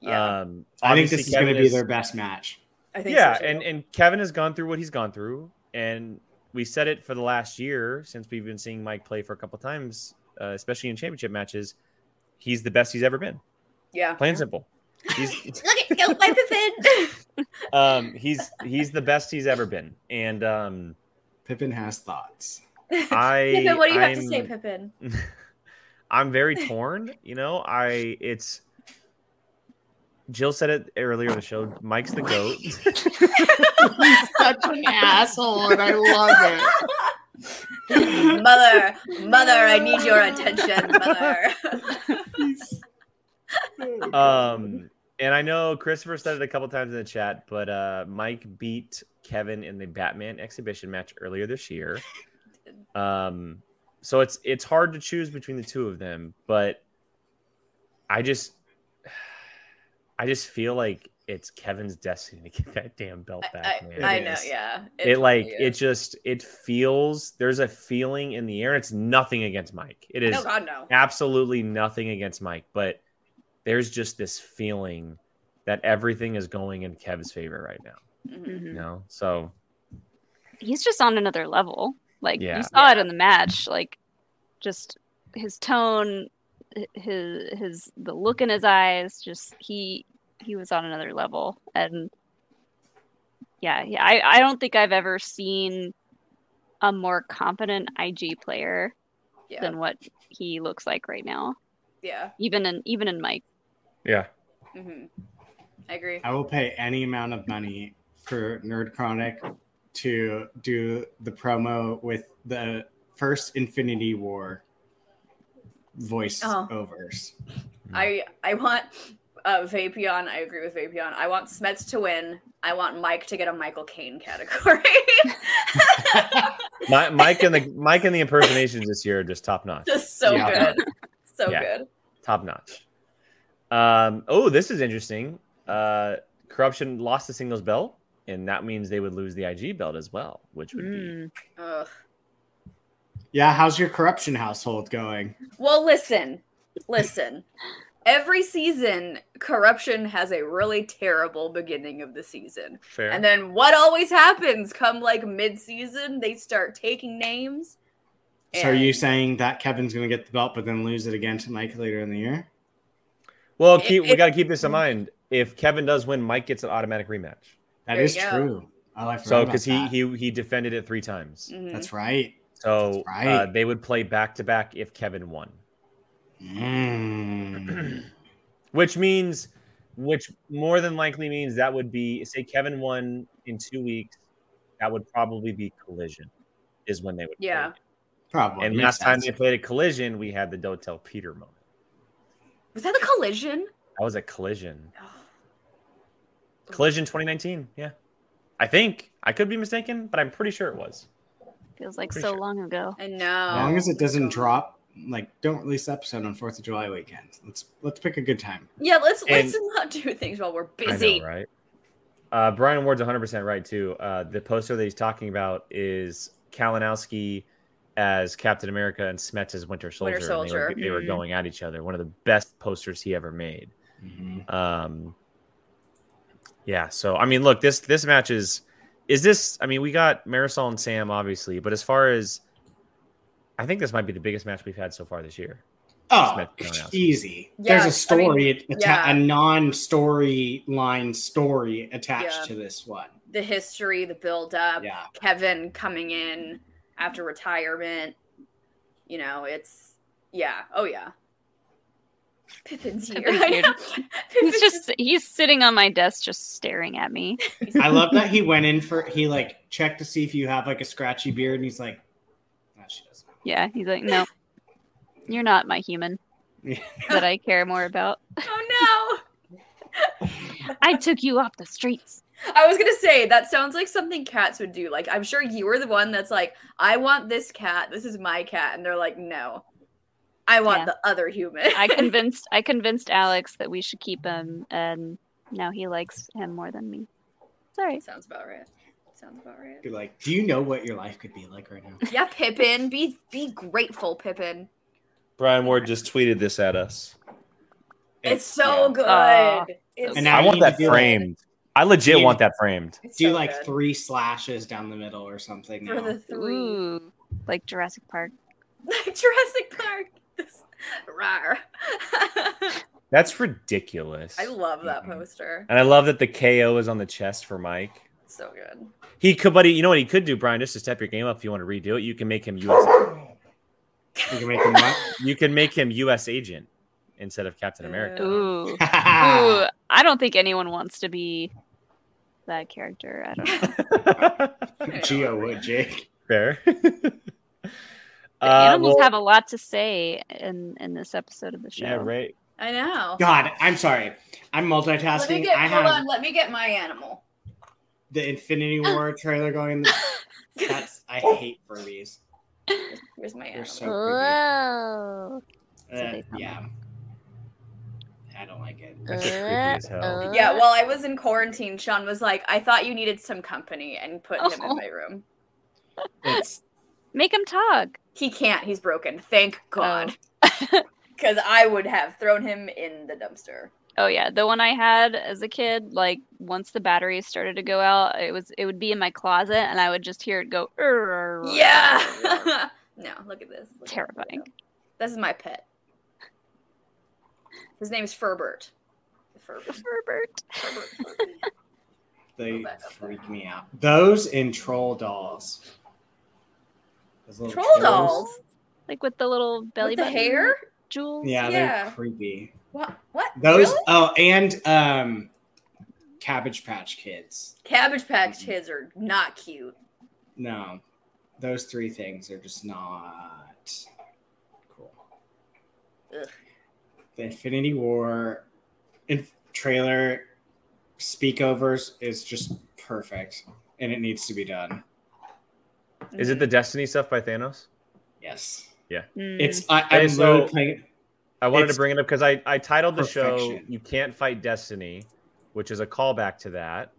S2: Yeah. Yeah.
S1: Um,
S4: I think
S1: obviously
S4: this is
S1: Kevin
S4: gonna be their best match.
S2: I think
S1: Yeah,
S2: so too.
S1: and, and Kevin has gone through what he's gone through. And we said it for the last year since we've been seeing Mike play for a couple times, uh, especially in championship matches. He's the best he's ever been.
S2: yeah.
S1: Plain and simple. He's,
S2: Look at go my Pippin.
S1: um, he's he's the best he's ever been. And um,
S4: Pippin has thoughts.
S1: I.
S2: Pippin, what do you have to
S1: I'm-
S2: say, Pippin?
S1: I'm very torn. You know, I it's Jill said it earlier in the show. Mike's the goat.
S4: Such an asshole, and I love it.
S2: mother, mother, I need your attention, mother.
S4: Uh,
S1: Um, and I know Christopher said it a couple times in the chat, but uh, Mike beat Kevin in the Batman exhibition match earlier this year. Um, so it's it's hard to choose between the two of them, but I just I just feel like it's Kevin's destiny to get that damn belt
S2: I,
S1: back. man.
S2: I- I
S4: It
S2: know,
S4: is.
S2: yeah.
S1: it, like
S2: really
S1: it
S2: is.
S1: just it feels there's a feeling in the air. It's nothing against Mike. It is
S2: No, God, no.
S1: absolutely nothing against Mike, but there's just this feeling that everything is going in Kev's favor right now.
S2: Mhm.
S1: You
S3: Mhm.
S1: know, so
S3: He's just on another level. Like
S1: Yeah.
S3: you saw it in the match, like just his tone, h- his his the look in his eyes, just he he was on another level, and yeah, yeah. I I don't think I've ever seen a more confident IG player
S2: Yeah.
S3: than what he looks like right now.
S2: yeah.
S3: Even in even in Mike.
S1: Yeah.
S2: hmm I agree.
S4: I will pay any amount of money for Nerd Chronic to do the promo with the first Infinity War voice
S2: Oh.
S4: overs.
S2: I I want uh, Vapion. I agree with Vapion. I want Smets to win. I want Mike to get a Michael Caine category.
S1: Mi- Mike and the Mike and the impersonations this year are just top notch.
S2: Just so
S4: Yeah.
S2: good. So
S1: Yeah.
S2: good.
S1: Top notch. Um, oh, this is interesting. Uh, corruption lost the singles belt, and that means they would lose the IG belt as well, which would
S2: Hmm.
S1: be
S3: Mm.
S2: Ugh.
S4: Yeah, how's your corruption household going?
S2: Well, listen, listen. Every season, corruption has a really terrible beginning of the season.
S1: fair.
S2: And then what always happens come like mid season, they start taking names.
S4: So are you
S2: and
S4: saying that Kevin's going to get the belt but then lose it again to Mike later in the year?
S1: well,
S2: It-
S1: keep, we
S2: it-
S1: got to keep this in
S4: Mm-hmm.
S1: mind. If Kevin does win, Mike gets an automatic rematch.
S4: That
S2: There
S4: is
S2: you go.
S4: true. Oh, I forgot
S1: So
S4: about
S1: because he,
S4: that.
S1: he he defended it three times,
S2: Mhm.
S4: That's right.
S1: so
S4: That's right.
S1: uh, they would play back to back if Kevin won.
S4: Mm.
S1: which means which more than likely means that would be say kevin won in two weeks that would probably be collision is when they would play
S2: Yeah.
S1: it.
S4: Probably.
S1: and
S4: Makes
S1: last time
S4: sense.
S1: they played a collision we had the don't tell peter moment
S2: Was that the collision?
S1: that was a collision
S2: Oh,
S1: collision 2019 yeah i think i could be mistaken but i'm pretty sure it was
S3: Feels like
S1: Pretty
S3: so
S1: sure.
S3: long ago.
S2: I
S4: As
S2: know.
S4: long as it doesn't
S2: God.
S4: drop, like don't release the episode on Fourth of July weekend. Let's let's pick a good time.
S2: Yeah, let's let's
S1: And-
S2: not do things while we're
S1: I know,
S2: busy.
S1: right uh, brian ward's 100% right too uh, the poster that he's talking about is kalinowski as captain america and smets as winter soldier,
S2: Winter
S1: And they, were,
S2: Soldier. Mm-hmm.
S1: they were
S3: Mhm.
S1: going at each other one of the best posters he ever made Um, yeah. So I mean, look this this match is is this? I mean, we got Marisol and Sam obviously, but as far as I think this might be the biggest match we've had so far this year.
S4: Oh,
S1: Smith Brownhouse.
S4: easy.
S2: Yeah,
S4: There's
S2: I
S4: a
S2: mean,
S4: story, atta-
S2: yeah.
S4: a non-storyline story attached
S2: Yeah.
S4: to this one.
S2: The history, the build up,
S4: Yeah,
S2: Kevin coming in after retirement. You know, it's yeah. Oh yeah. Pippin's here.
S3: Pippin's
S2: I
S3: here.
S2: know.
S3: He's
S2: Pippin's
S3: just he's sitting on my desk just staring at me.
S4: I love that he went in for he like checked to see if you have like a scratchy beard, and he's like, "No, she doesn't."
S3: Yeah, he's like, No. You're not my human
S4: Yeah.
S3: that I care more about.
S2: Oh
S3: I took you off the streets.
S2: no. I was gonna say that sounds like something cats would do. Like I'm sure you were the one that's like, I want this cat, this is my cat, and they're like, No. I want
S3: Yeah.
S2: the other human.
S3: I convinced I convinced Alex that we should keep him and now he likes him more than me. Sorry.
S2: Sounds about right. Sounds about right.
S4: You're like, "Do you know what your life could be like right now?"
S2: Yeah, Pippin. Be be grateful, Pippin.
S1: Brian Ward just tweeted this at us.
S2: It's so good.
S3: Aw,
S2: it's
S3: so
S4: And
S2: so
S4: now
S1: I
S4: you
S1: want
S4: need
S1: that
S4: to do, like-
S1: framed. I legit
S4: You-
S1: want that framed.
S2: It's
S4: Do
S2: so
S4: like
S2: good.
S4: three slashes down the middle or something.
S2: for
S4: now.
S2: the three
S3: Ooh. Like Jurassic Park.
S2: like Jurassic Park. This- Rar.
S1: That's ridiculous.
S2: I love that
S4: Mhm.
S2: poster.
S1: and I love that the KO is on the chest for Mike.
S2: It's so good.
S1: He could, buddy. You know what he could do, Brian? Just to step your game up, if you want to redo it, you can make him U.S.
S4: You can make them what?
S1: you can make him U.S. agent instead of Captain America.
S3: Ooh. Ooh.
S1: Ah.
S3: I don't think anyone wants to be that character. I don't know.
S4: Geo would, Jake.
S1: Fair. Uh,
S3: The animals have a lot to say in in this episode of the show.
S1: yeah, right.
S2: I know.
S4: God, I'm sorry. I'm
S2: Let me
S4: multitasking.
S2: get
S4: I
S2: hold
S4: have
S2: on. Let me get my animal.
S4: the Infinity War trailer going. That's I
S2: Oh.
S4: hate Furbies.
S2: Here's my
S4: They're
S2: animal.
S4: so
S3: Whoa.
S4: Uh,
S3: they come
S4: yeah, I don't like it.
S1: That's just creepy as hell.
S2: yeah, while I was in quarantine, Sean was like, "I thought you needed some company," and put him
S3: Oh.
S2: in my room.
S4: It's
S3: Make him talk.
S2: He can't. He's broken. Thank God. Because I would have thrown him in the dumpster.
S3: Oh yeah, the one I had as a kid, like once the batteries started to go out, it was it would be in my closet and I would just hear it go. "Err."
S2: Yeah. no, look at this. Look at this
S3: Terrifying.
S2: photo. This is my pet. His name is Ferbert. Ferbert.
S3: Herbert.
S2: Ferbert.
S4: they
S2: back up.
S4: freak me out. Those and troll dolls. Those little
S2: Troll
S4: trolls.
S2: dolls.
S3: like with the little belly
S2: With the
S3: button
S2: hair?
S3: jewels.
S4: Yeah,
S2: Yeah.
S4: they're creepy.
S2: What? What?
S4: Those.
S2: Really?
S4: Oh, and um, Cabbage Patch Kids.
S2: Cabbage Patch Kids are not cute.
S4: No, those three things are just not cool.
S2: Ugh.
S4: The Infinity War in- trailer speakovers is just perfect, and it needs to be done.
S1: Is it the Destiny stuff by Thanos?
S4: Yes,
S3: Mm.
S4: it's. I,
S1: Okay,
S4: I'm
S1: so-
S4: literally playing.
S1: I wanted
S4: It's
S1: to bring it up because I, I titled the show
S4: perfection.
S1: You Can't Fight Destiny, which is a callback to that.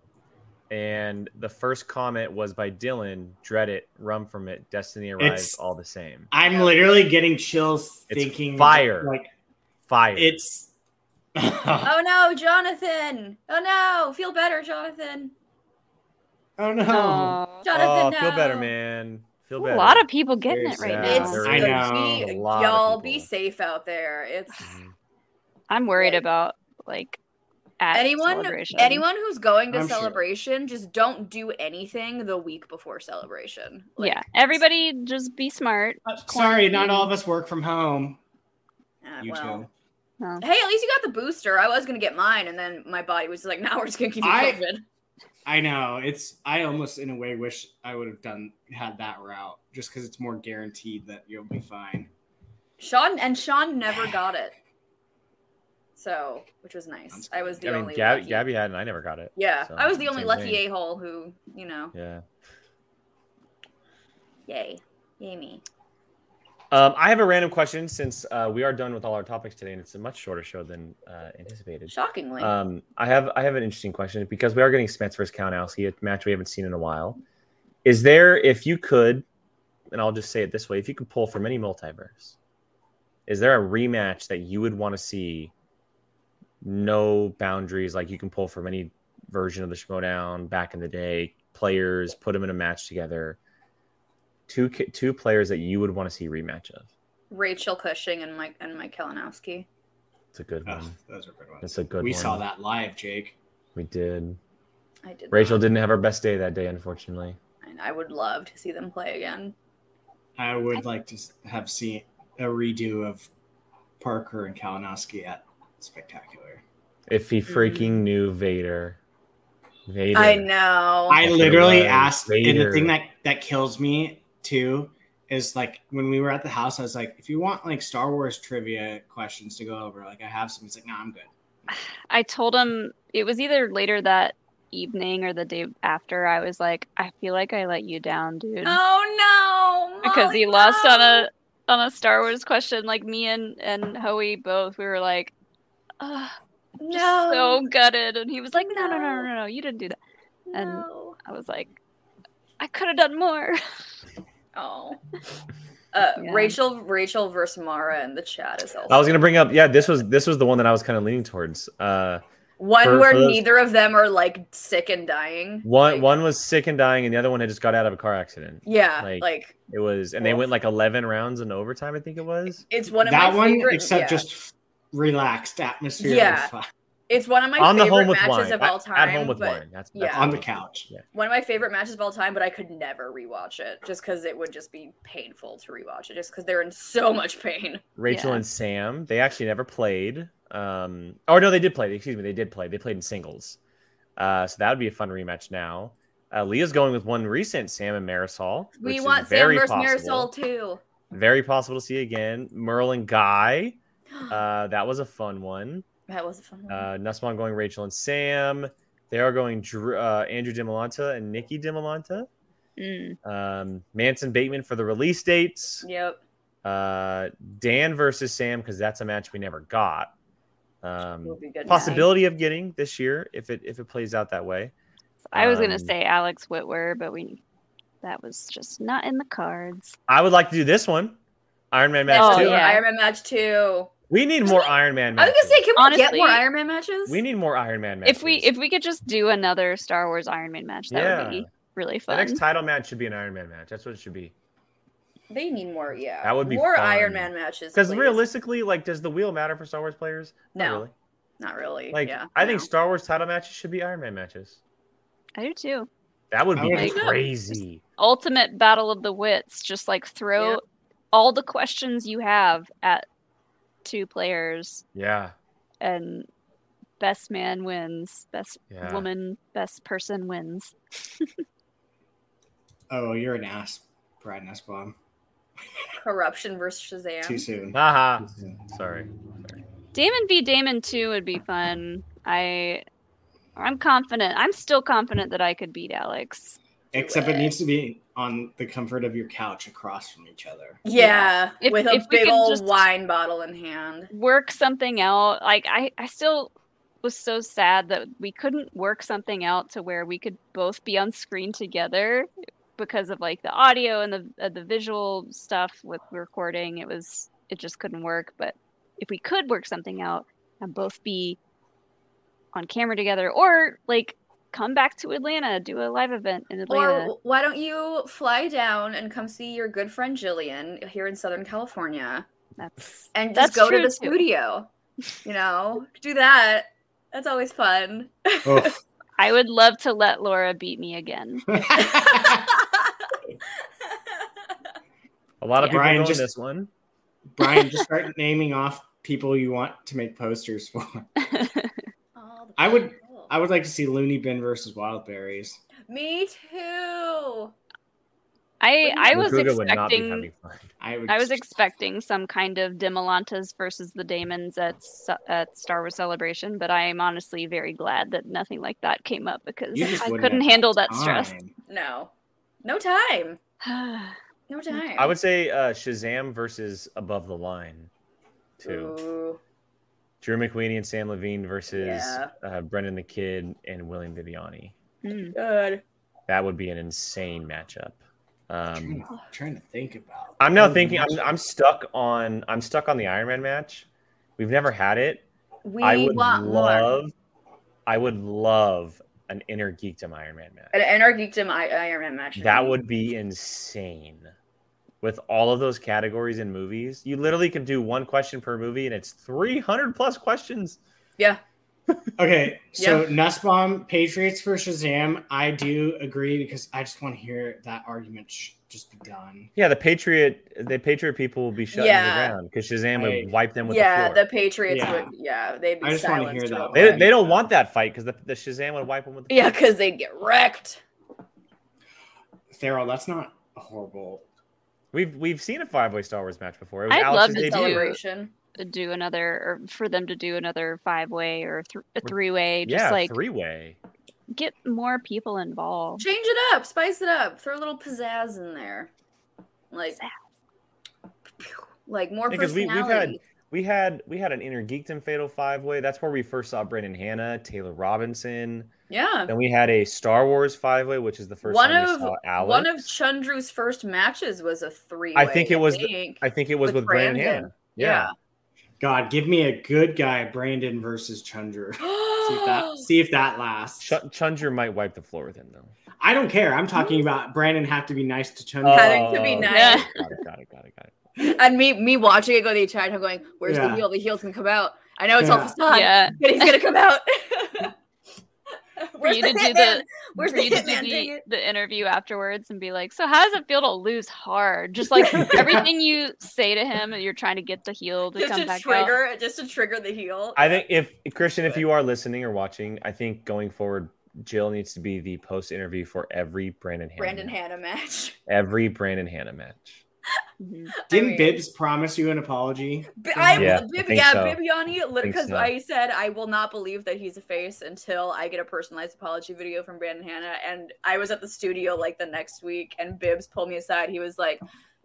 S1: And the first comment was by Dylan, dread it, run from it, destiny arrives
S4: It's-
S1: all the same.
S4: I'm literally getting chills
S1: It's
S4: thinking
S1: fire.
S4: Like
S1: Fire.
S4: it's.
S2: Oh no, Jonathan! Oh no, feel better, Jonathan.
S4: oh no.
S3: Aw.
S1: oh,
S2: Jonathan,
S1: feel
S2: no.
S1: better, man. Feel better.
S3: a lot of people getting
S4: Seriously.
S3: it right
S1: Yeah,
S2: It's
S3: now.
S1: there
S4: I
S1: is
S4: know.
S2: be-
S1: a lot of people.
S2: y'all be safe out there. It's
S1: Mm-hmm.
S3: I'm worried
S2: Like-
S3: about like at
S2: anyone
S3: celebration.
S2: anyone who's going to
S4: I'm sure.
S2: celebration, just don't do anything the week before celebration. Like,
S3: yeah, everybody just be smart.
S4: Uh, Sorry, not all of us work from home.
S2: eh,
S4: You
S2: well.
S4: too.
S3: No.
S2: Hey, at least you got the booster. I was gonna get mine, and then my body was like, "Now we're just gonna keep you
S4: I-
S2: COVID."
S4: I know. It's. I almost, in a way, wish I would have done had that route, just because it's more guaranteed that you'll be fine.
S2: Sean and Sean never got it, so which was nice.
S4: Sounds
S2: I was the
S1: I mean,
S2: only
S1: Gab-
S2: lucky-
S1: Gabby had, and I never got it.
S2: Yeah,
S1: so,
S2: I was the only
S1: same
S2: lucky
S1: thing.
S2: a hole who, you know,
S1: Yeah.
S2: yay, yay me.
S1: Um, I have a random question since uh, we are done with all our topics today, and it's a much shorter show than uh, anticipated.
S2: Shockingly,
S1: Um, I have I have an interesting question because we are getting Spence versus Kalinowski, a match we haven't seen in a while. Is there, if you could, and I'll just say it this way, if you could pull from any multiverse, is there a rematch that you would want to see? No boundaries, like you can pull from any version of the Schmodown back in the day. Players put them in a match together. Two ki- two players that you would want to see rematch of.
S2: Rachel Cushing and Mike and Mike Kalinowski.
S1: It's a good
S4: Ugh,
S1: one.
S4: those are good ones.
S1: It's a good
S4: we
S1: one.
S4: saw that live, Jake.
S1: We did.
S2: I did.
S1: Rachel didn't have her best day that day, unfortunately.
S2: And I would love to see them play again.
S4: I would like to s- have seen a redo of Parker and Kalinowski at Spectacular.
S1: If he freaking knew Vader. Vader.
S2: Mm. I know.
S4: I
S1: Fucking
S4: literally
S1: right,
S4: asked, and
S1: Vader.
S4: the thing that that kills me too is like when we were at the house, I was like, if you want like Star Wars trivia questions to go over, like I have some. It's like, no, I'm good.
S3: I told him it was either later that evening or the day after. I was like, I feel like I let you down, dude,
S2: oh no,
S3: because
S2: Molly,
S3: he lost
S2: no!
S3: on a on a Star Wars question. Like me and and Hoey both, we were like, Ugh, I'm just
S2: no.
S3: so gutted, and he was like, no, no, no,
S2: No.
S3: no, no, you didn't do that. and-
S2: no.
S3: I was like, I could have done more.
S2: Oh. Uh,
S3: Yeah.
S2: Rachel, Rachel versus Mara in the chat is also
S1: I was gonna bring up, yeah, this was this was the one that I was kind of leaning towards. Uh
S2: one
S1: for-
S2: where
S1: for those-
S2: neither of them are like sick and dying.
S1: one
S2: Like,
S1: one was sick and dying, and the other one had just got out of a car accident.
S2: yeah, like,
S1: like- It was and they went like eleven rounds in overtime, I think it was.
S2: it's one of
S4: that
S2: my
S4: one,
S2: favorite.
S4: except
S2: yeah.
S4: just relaxed atmosphere.
S2: Yeah.
S4: and fun
S2: it's one of my
S1: On the
S2: favorite
S1: home with
S2: matches
S1: wine.
S2: of
S1: At-
S2: all time.
S1: At home with
S2: but
S1: wine. That's,
S2: yeah.
S1: that's
S4: on the couch.
S2: one of my favorite matches of all time, but I could never rewatch it just because it would just be painful to rewatch it, just because they're in so much pain.
S1: Rachel
S3: Yeah.
S1: and Sam, they actually never played. Um, or no, they did play. Excuse me, they did play. They played in singles. Uh, so that would be a fun rematch now. Uh, Leah's going with one recent Sam and Marisol. which
S2: We
S1: is
S2: want Sam
S1: very
S2: versus
S1: possible.
S2: Marisol too.
S1: Very possible to see again. Merle and Guy. Uh, that was a fun one.
S2: that was a fun one.
S1: Uh, Nussbaum going Rachel and Sam. They are going Drew, uh, Andrew DiMolanta and Nikki DiMolanta.
S3: Mm.
S1: Um, Manson Bateman for the release dates.
S2: yep.
S1: Uh, Dan versus Sam because that's a match we never got.
S2: Will
S1: Um,
S2: be good.
S1: possibility of getting this year if it if it plays out that way.
S3: I was
S1: Um,
S3: gonna say Alex Whitwer, but we that was just not in the cards.
S1: I would like to do this one, Iron Man match
S3: Oh,
S1: two.
S3: yeah.
S2: Iron Man match too.
S1: We need more Iron Man.
S2: I was gonna
S1: matches.
S2: say, can we get
S3: Honestly,
S2: more Iron Man matches?
S1: we need more Iron Man matches.
S3: if we if we could just do another Star Wars Iron Man match, that would
S1: Yeah.
S3: be really
S1: the
S3: fun.
S1: next title match should be an Iron Man match. That's what it should be.
S2: they need more. Yeah,
S1: That would be
S2: more
S1: fun.
S2: Iron Man matches.
S1: Because
S2: please.
S1: realistically, like, does the wheel matter for Star Wars players? Not
S2: no,
S1: really.
S2: not really.
S1: Like,
S2: yeah,
S1: I think
S2: no.
S1: Star Wars title matches should be Iron Man matches.
S3: I do too.
S1: That would
S4: I
S1: be
S4: would-
S1: crazy.
S3: ultimate battle of the wits just like throw
S2: Yeah.
S3: all the questions you have at two players
S1: Yeah.
S3: and best man wins best
S1: Yeah.
S3: woman best person wins
S4: Oh, you're an ass, Brad Nussbaum.
S2: Corruption versus
S4: Too
S2: Shazam.
S4: soon.
S1: Haha.
S4: Too soon.
S1: Sorry.
S3: damon v damon 2 would be fun i i'm confident i'm still confident that i could beat alex
S4: Except it needs to be on the comfort of your couch across from each other.
S2: Yeah,
S3: If-
S2: with a
S3: if we
S2: big
S3: can
S2: old
S3: just-
S2: wine bottle in hand.
S3: work something out like i i still was so sad that we couldn't work something out to where we could both be on screen together because of like the audio and the uh, the visual stuff with recording it was it just couldn't work but if we could work something out and both be on camera together or like come back to atlanta do a live event in atlanta
S2: Or why don't you fly down and come see your good friend Jillian here in Southern California
S3: that's
S2: and just
S3: That's
S2: go to
S3: true,
S2: the
S3: too.
S2: studio? You know, do that. That's always fun.
S4: Oof.
S3: i would love to let laura beat me again
S1: A lot of
S3: Yeah.
S1: people
S4: Brian,
S1: know
S4: just-
S1: this one.
S4: Brian, just start naming off people you want to make posters for.
S2: All the
S4: I would-
S2: people.
S4: I would like to see Looney Bin versus Wild Berries.
S2: Me too.
S3: i i was
S1: Makuga would not be
S3: expecting
S1: having fun.
S4: I would.
S3: I was expecting some kind of Demilantas versus the Daemons at Ce- at Star Wars Celebration, but I am honestly very glad that nothing like that came up because
S4: You just
S3: I
S4: wouldn't
S3: couldn't
S4: have
S3: handle that stress.
S4: Time.
S2: No, no time.
S3: I
S2: No time.
S1: I would say uh, Shazam versus Above the Line, too.
S2: Ooh,
S1: Drew McQueenie and Sam Levine versus
S2: Yeah.
S1: uh, Brendan the Kid and William Viviani.
S3: Hmm,
S2: good.
S1: That would be an insane matchup.
S4: I'm
S1: Um,
S4: trying, to, trying to think about.
S1: I'm now thinking I'm, I'm stuck on I'm stuck on the Iron Man match. We've never had it.
S2: We
S1: I would
S2: want more.
S1: love I would love an inner geekdom Iron Man match.
S2: An Anarchicdom I- Iron Man match.
S1: That would be insane. With all of those categories in movies, you literally can do one question per movie, and it's 300 plus questions.
S2: Yeah.
S4: Okay, so Nussbaum Patriots for Shazam. I do agree because I just want to hear that argument sh- just be done.
S1: Yeah, the Patriot, the Patriot people will be shut
S2: Yeah.
S1: to the ground because Shazam
S4: Right.
S1: would wipe them with
S2: yeah,
S1: the
S2: the,
S1: floor.
S2: Patriots
S4: Yeah.
S2: would. Yeah, they'd be
S4: I just wanna
S2: silenced.
S4: hear that
S2: real
S4: one.
S1: they,
S2: quick.
S1: they don't want that fight because the, the Shazam would wipe them with the
S2: Yeah, because they'd get wrecked.
S4: Theral, that's not horrible.
S1: We've we've seen a five way Star Wars match before. It was
S3: I'd love
S1: Alex's
S3: to
S2: The
S1: debut.
S3: celebrate.
S2: celebration.
S3: do another, or for them to do another five way or th- a three way, just
S1: yeah,
S3: like
S1: three way.
S3: get more people involved.
S2: Change it up, spice it up, throw a little pizzazz in there, like, like more
S1: Because we- we've had-
S2: personality.
S1: We had we had an inner geekdom fatal five way. That's where we first saw Brendan Hannah, Taylor Robinson.
S2: yeah,
S1: Then we had a Star Wars five way, which is the first
S2: One
S1: time
S2: of-
S1: we saw Alex.
S2: one of Chundru's first matches was a three.
S1: I think it was
S2: I
S1: the-
S2: think.
S1: I think it was
S2: with
S1: with, Brandon.
S2: Brandon.
S1: Hannah. Yeah.
S4: God, give me a good guy, Brandon versus Chunder. see if that see if that lasts.
S1: Ch- Chunder might wipe the floor with him though.
S4: I don't care. I'm talking about Brandon have to be nice to Chunder.
S2: Having to be
S1: Oh,
S2: nice.
S1: Got it, got it, got it, got it.
S2: and me, me watching it go to the chat, I'm going, "Where's the
S4: Yeah.
S2: heel? The heel's gonna come out. I know it's all
S4: Yeah.
S2: facade,
S3: Yeah.
S2: but he's gonna come out."
S3: For
S2: Where's
S3: you
S2: the
S3: to do
S2: hitman?
S3: the
S2: Where's
S3: for
S2: the
S3: you to do
S2: hitman? Dang
S3: the,
S2: it.
S3: the interview afterwards and be like, so how does it feel to lose hard? Just like everything you say to him, you're trying to get the heel to
S2: just
S3: come
S2: to
S3: back out.
S2: trigger, just to trigger the heel.
S1: I think if Christian, if you are listening or watching, I think going forward, Jill needs to be the post interview for every Brandon Hannah.
S2: Brandon
S1: match.
S2: Hannah match.
S1: Every Brandon Hannah match.
S3: Mhm.
S4: Didn't
S2: I mean-
S4: Bibbs promise you an apology?
S2: B- I,
S1: Mm, Yeah,
S2: yeah,
S1: I
S2: Bib,
S1: think
S2: yeah,
S1: so.
S2: Bibiani,
S1: think
S2: because
S1: so.
S2: I said I will not believe that he's a face until I get a personalized apology video from Brandon Hannah. And I was at the studio like the next week, and Bibbs pulled me aside. He was like,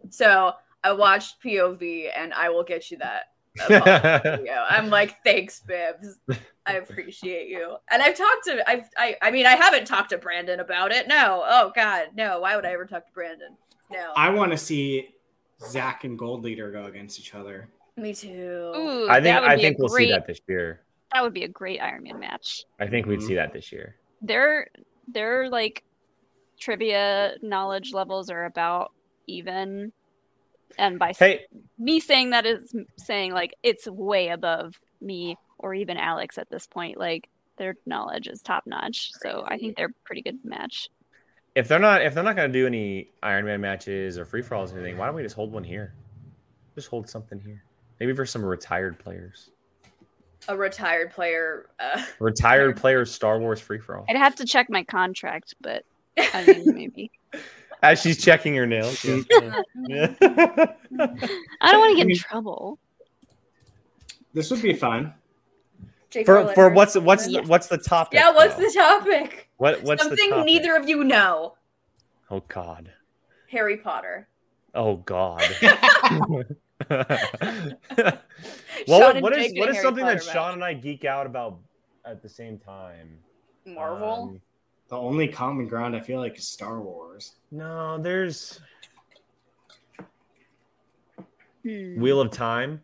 S2: "So I watched POV, and I will get you that." apology video." I'm like, "Thanks, Bibbs. I appreciate you." And I've talked to, I've, I, I mean, I haven't talked to Brandon about it. No, oh God, no. Why would I ever talk to Brandon? No,
S4: I want to see Zach and Gold Leader go against each other.
S2: me too.
S3: Ooh,
S1: I think
S3: that would
S1: I
S3: be a
S1: think we'll
S3: great,
S1: see that this year.
S3: That would be a great Iron Man match.
S1: I think we'd
S4: Mhm.
S1: see that this year.
S3: Their their like trivia knowledge levels are about even, and by s-
S1: Hey,
S3: me saying that is m- saying like it's way above me or even Alex at this point. Like their knowledge is top notch, so I
S2: Crazy.
S3: think they're a pretty good match.
S1: if they're not if they're not going to do any Iron Man matches or free for alls or anything, why don't we just hold one here? Just hold something here. Maybe for some retired players.
S2: A retired player. Uh,
S1: Retired players Star Wars free for all.
S3: I'd have to check my contract, but I mean, maybe.
S1: As she's checking her nails. yeah. Yeah.
S3: I don't want to get in trouble.
S4: This would be fun.
S2: Jake
S1: for
S2: Rowland
S1: for
S2: versus
S1: what's what's the,
S2: Roman.
S1: what's the topic?
S2: yeah? What's
S1: though?
S2: the topic?
S1: what what's
S2: Something
S1: the topic?
S2: neither of you know.
S1: Oh God.
S2: Harry Potter.
S1: Oh God.
S2: Sean
S1: well,
S2: and
S1: what
S2: Jake
S1: is
S2: did
S1: what
S2: a
S1: is
S2: Harry
S1: something that
S2: Potter
S1: Sean
S2: match.
S1: and I geek out about at the same time?
S2: Marvel.
S1: Um,
S4: The only common ground I feel like is Star Wars.
S1: no, there's
S3: Hmm.
S1: Wheel of Time.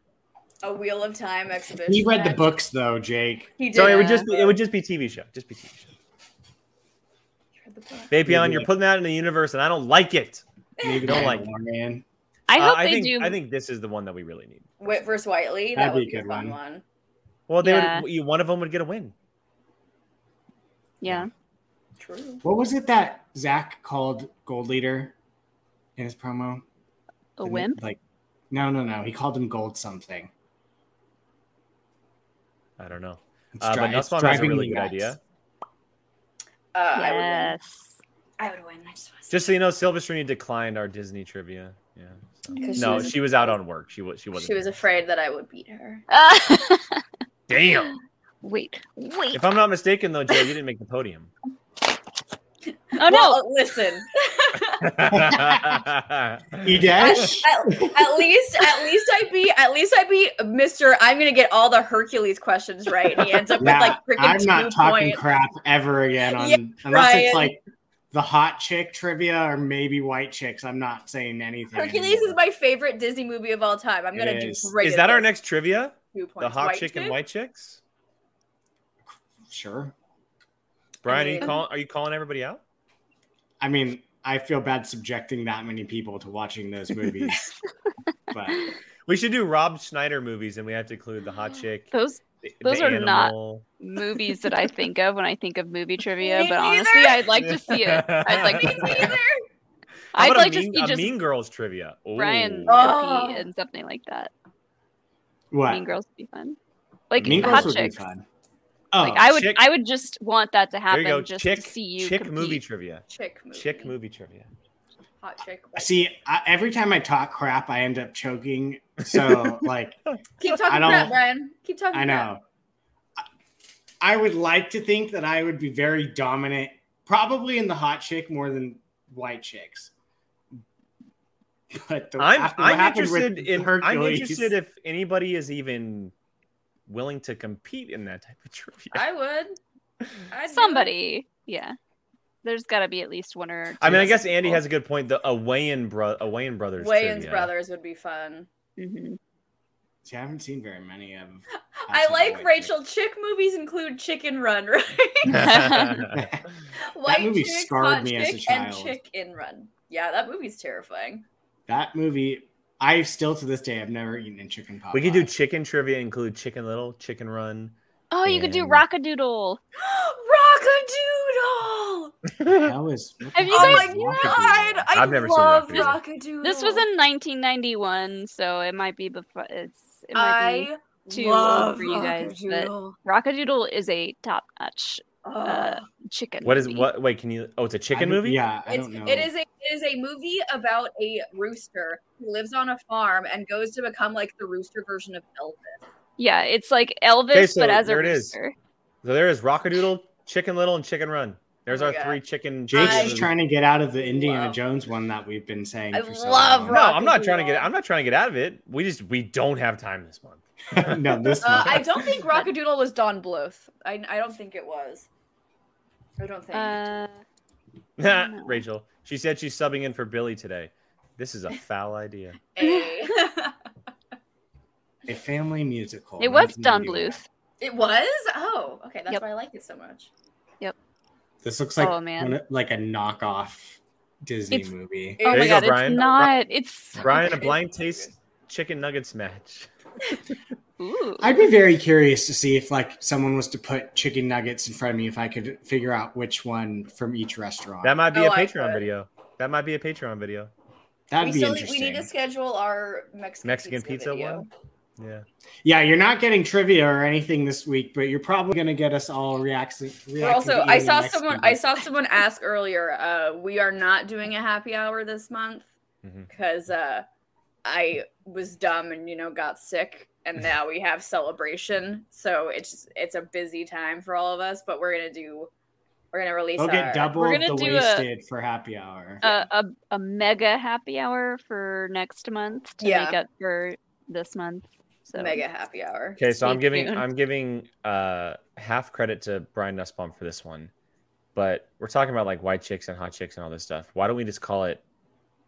S2: a Wheel of Time exhibition.
S4: He read the
S2: match.
S4: books though, Jake.
S2: He did.
S1: So it would just
S2: uh,
S1: be, it would just be TV show. Just be TV show.
S2: he read the book.
S1: Vapion, you're putting that in the universe, and I don't like it.
S4: Maybe
S1: Don't like-
S4: Mandalorian.
S3: I
S1: Uh,
S3: hope they
S1: think,
S3: do.
S1: I think this is the one that we really need.
S2: Whit versus Whiteley.
S4: That'd
S2: That would
S4: be a
S2: be a
S4: good
S2: fun
S4: one.
S2: one.
S1: Well, they
S3: Yeah.
S1: would, you- one of them would get a win.
S3: yeah.
S2: True.
S4: What was it that Zach called Gold Leader in his promo?
S3: A
S4: Didn't-
S3: wimp?
S4: Like, no, no, no. He called him Gold something.
S1: I don't know.
S4: It's
S1: Uh,
S4: dri-
S1: but
S4: it's
S1: Nussbaum has a
S4: driving
S1: really
S4: me
S1: good
S4: nuts.
S1: idea.
S2: Uh, I would win.
S3: yes.
S2: I would win. I just want to
S1: Just so you know, Silverstream declined our Disney trivia. Yeah. so-
S2: 'Cause she
S1: no,
S2: was-
S1: she was out on work. She was. She wasn't.
S2: She was afraid that I would beat her.
S3: Uh,
S1: Damn.
S3: wait. Wait.
S1: If I'm not mistaken, though, Joe, you didn't make the podium.
S3: oh, no.
S2: Well, listen.
S4: You
S2: At,
S4: dash?
S2: at- at least, at least I beat, at least I beat Mister. I'm gonna get all the Hercules questions right. And he ends up
S4: Yeah,
S2: with like freaking
S4: I'm not
S2: two
S4: talking
S2: points.
S4: crap ever again on
S2: Yeah,
S4: unless
S2: Ryan.
S4: it's like the hot chick trivia or maybe white chicks. I'm not saying anything.
S2: Hercules is
S4: anymore.
S2: my favorite Disney movie of all time. I'm
S4: It
S2: gonna do
S4: is.
S2: great.
S1: Is
S2: at
S1: that our
S2: this.
S1: next trivia?
S2: two
S1: The
S2: points?
S1: hot chick and white chicks.
S4: sure.
S1: Brian, are you
S2: mean-
S1: calling? Are you calling everybody out?
S4: I mean, I feel bad subjecting that many people to watching those movies. but
S1: We should do Rob Schneider movies, and we have to include the hot chick.
S3: Those
S1: the-
S3: those
S1: the
S3: are not-
S1: animal.
S3: movies that I think of when I think of movie trivia,
S2: Me
S3: but honestly,
S2: neither.
S3: I'd like to see it. I'd like
S2: Me neither.
S3: to
S1: How
S3: I'd
S1: about a
S3: like to
S1: mean,
S3: see
S1: a
S3: just
S1: Mean Girls trivia. Ooh.
S3: Brian
S2: Oh.
S3: Murphy and something like that.
S4: what?
S3: Mean Girls would be fun. Like
S4: Mean
S3: hot
S4: Girls would be
S3: chicks.
S4: fun. Oh,
S3: like I would
S1: chick-
S3: I would just want that to
S1: There
S3: happen
S1: you go.
S3: just
S1: Chick,
S3: to see you
S1: chick
S3: compete.
S1: movie trivia.
S2: Chick movie.
S1: Chick movie trivia.
S2: Hot chick.
S4: see I, every time I talk crap, I end up choking. So like,
S2: Keep
S4: I
S2: talking
S4: don't-
S2: crap, Brian. Keep talking.
S4: I know. I would like to think that I would be very dominant, probably in the hot chick more than white chicks. But the,
S1: I'm
S4: after what
S1: I'm
S4: happened with
S1: interested in. I'm
S4: Hercules-
S1: interested if anybody is even willing to compete in that type of trivia.
S2: crap. I would. I'd do it.
S3: Somebody. Yeah. There's gotta be at least one or two
S1: I mean, I guess Andy has a good point. The a Wayan bro, a Wayan brothers.
S2: Wayans
S1: trivia.
S2: Brothers would be fun.
S3: hmm
S4: See, I haven't seen very many of.
S2: I
S4: outside of
S2: like
S4: white
S2: Rachel. Chick movies include Chicken Run, right?
S4: chicks.
S2: White
S4: movie
S2: chick,
S4: scarred
S2: hot
S4: me as a
S2: chick, and
S4: child.
S2: Chicken Run. Yeah, that movie's terrifying.
S4: that movie, I still to this day have never eaten in chicken pot.
S1: we could do chicken trivia, include Chicken Little, Chicken Run.
S3: Oh, you could do
S1: And-
S3: Rockadoodle.
S2: Rockadoodle!
S1: I've
S4: That was. what the
S3: Have you
S4: hell
S3: guys-
S4: is
S2: Oh my
S4: Rockadoodle?
S2: god! I
S1: I've never seen
S2: love
S1: Rockadoodle.
S2: Rockadoodle.
S3: This was in 1991, so it might be before it's. It might be.
S2: I
S3: too old
S2: love
S3: for you guys, but-
S2: Rockadoodle.
S3: Rockadoodle is a top-notch
S2: Ugh.
S3: chicken.
S1: What is
S3: movie.
S1: what? Wait, can you? Oh, it's a
S4: I
S1: chicken
S4: don't-
S1: movie.
S4: Yeah, I
S2: It's,
S4: don't know.
S2: it is a it is a movie about a rooster who lives on a farm and goes to become like the rooster version of Elvis.
S3: Yeah, it's like Elvis,
S1: so
S3: but as a
S1: there it is.
S3: rooster.
S1: So there is Rockadoodle, Chicken Little, and Chicken Run. There's
S2: Oh my
S1: our
S2: God.
S1: three chicken.
S4: Jake's
S2: I-
S4: just trying to get out of the Indiana
S2: Love-
S4: Jones one that we've been saying.
S2: I
S4: for so
S2: love
S4: long.
S1: No, I'm not trying to get.
S2: Rockadoodle.
S1: I'm not trying to get out of it. We just we don't have time this month.
S4: no, this
S2: Uh,
S4: one.
S2: I don't think Rockadoodle was Don Bluth. I I don't think it was. I don't think.
S3: Uh, No.
S1: Rachel, she said she's subbing in for Billy today. This is a foul idea.
S2: A-
S4: a family musical.
S3: it was
S4: 1991.
S3: Don Bluth.
S2: it was. Oh, okay. That's
S3: Yep.
S2: why I like it so much.
S4: This looks like
S3: Oh, man.
S4: one- like a knockoff Disney
S3: It's-
S4: movie.
S3: Oh
S1: There
S3: my
S1: you go,
S3: god,
S1: Brian.
S3: it's not. It's
S1: Brian, a blind taste chicken nuggets match.
S3: Ooh.
S4: I'd be very curious to see if like someone was to put chicken nuggets in front of me if I could figure out which one from each restaurant.
S1: That might be
S2: Oh,
S1: a
S2: I
S1: Patreon
S2: could.
S1: video. That might be a Patreon video.
S4: That'd
S2: we
S4: be
S2: still need- we
S4: interesting.
S2: need to schedule our Mexican,
S1: Mexican pizza
S2: video.
S1: one? Yeah.
S4: yeah, you're not getting trivia or anything this week, but you're probably gonna get us all reacting.
S2: But also, I saw someone. I saw someone ask earlier. Uh, we are not doing a happy hour this month
S1: Mhm.
S2: because uh, I was dumb and you know got sick, and now we have celebration. So it's it's a busy time for all of us. But we're gonna do. We're gonna release.
S4: They'll
S2: our-
S4: get double
S3: We're gonna
S4: the
S3: do a-
S4: wasted for happy hour.
S3: a, a, a mega happy hour for next month to make
S2: Yeah.
S3: up for this month. So
S2: mega happy hour.
S1: Okay, so I'm
S3: Stay
S1: giving
S3: tuned.
S1: I'm giving uh half credit to Brian Nussbaum for this one. But we're talking about like white chicks and hot chicks and all this stuff. Why don't we just call it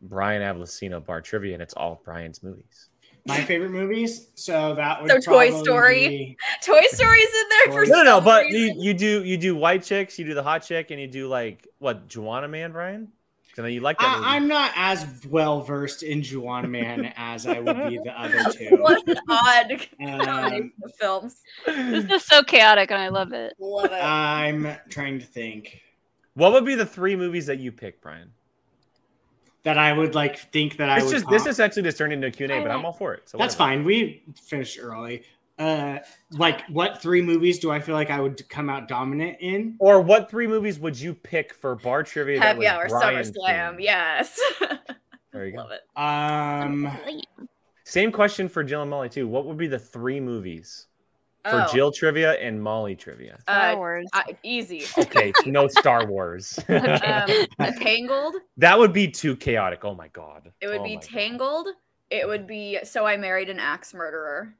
S1: Brian Avellino Bar Trivia and it's all Brian's movies?
S4: My favorite movies. So that would
S2: So Toy
S4: probably
S2: Story.
S4: be-
S2: Toy Story's in there for
S1: No, no, no,
S2: some
S1: but you,
S2: reason.
S1: you do you do white chicks, you do the hot chick, and you do like what Juana Man, Brian? 'Cause I know you like that. movie.
S4: I, I'm not as well versed in Juana Man as I would be the other two.
S2: what an odd
S4: Um,
S2: combination of films.
S3: this is so chaotic and I love it.
S2: Love it.
S4: I'm trying to think
S1: What would be the three movies that you pick, Brian?
S4: that I would like think that I
S1: It's
S4: would.
S1: just this
S4: comp-
S1: essentially just turned into a Q&A,
S3: I
S1: but I'm
S3: like-
S1: all for it. So
S4: that's
S1: whatever.
S4: fine. We finished early. Uh, like what three movies do I feel like I would come out dominant in?
S1: Or what three movies would you pick for bar trivia? that
S2: Happy
S1: was
S2: hour,
S1: Brian
S2: SummerSlam.
S1: themed?
S2: Yes.
S1: There you go.
S2: Love it.
S4: Um,
S1: Same question for Jill and Molly too. What would be the three movies for
S2: Oh,
S1: Jill trivia and Molly trivia?
S3: Star
S2: uh,
S3: Wars.
S2: I, easy.
S1: Okay, no Star Wars.
S3: Okay.
S2: Um, tangled.
S1: that would be too chaotic. Oh my god.
S2: It would
S1: Oh
S2: be
S1: my God.
S2: Tangled. It would be So I Married an Axe Murderer.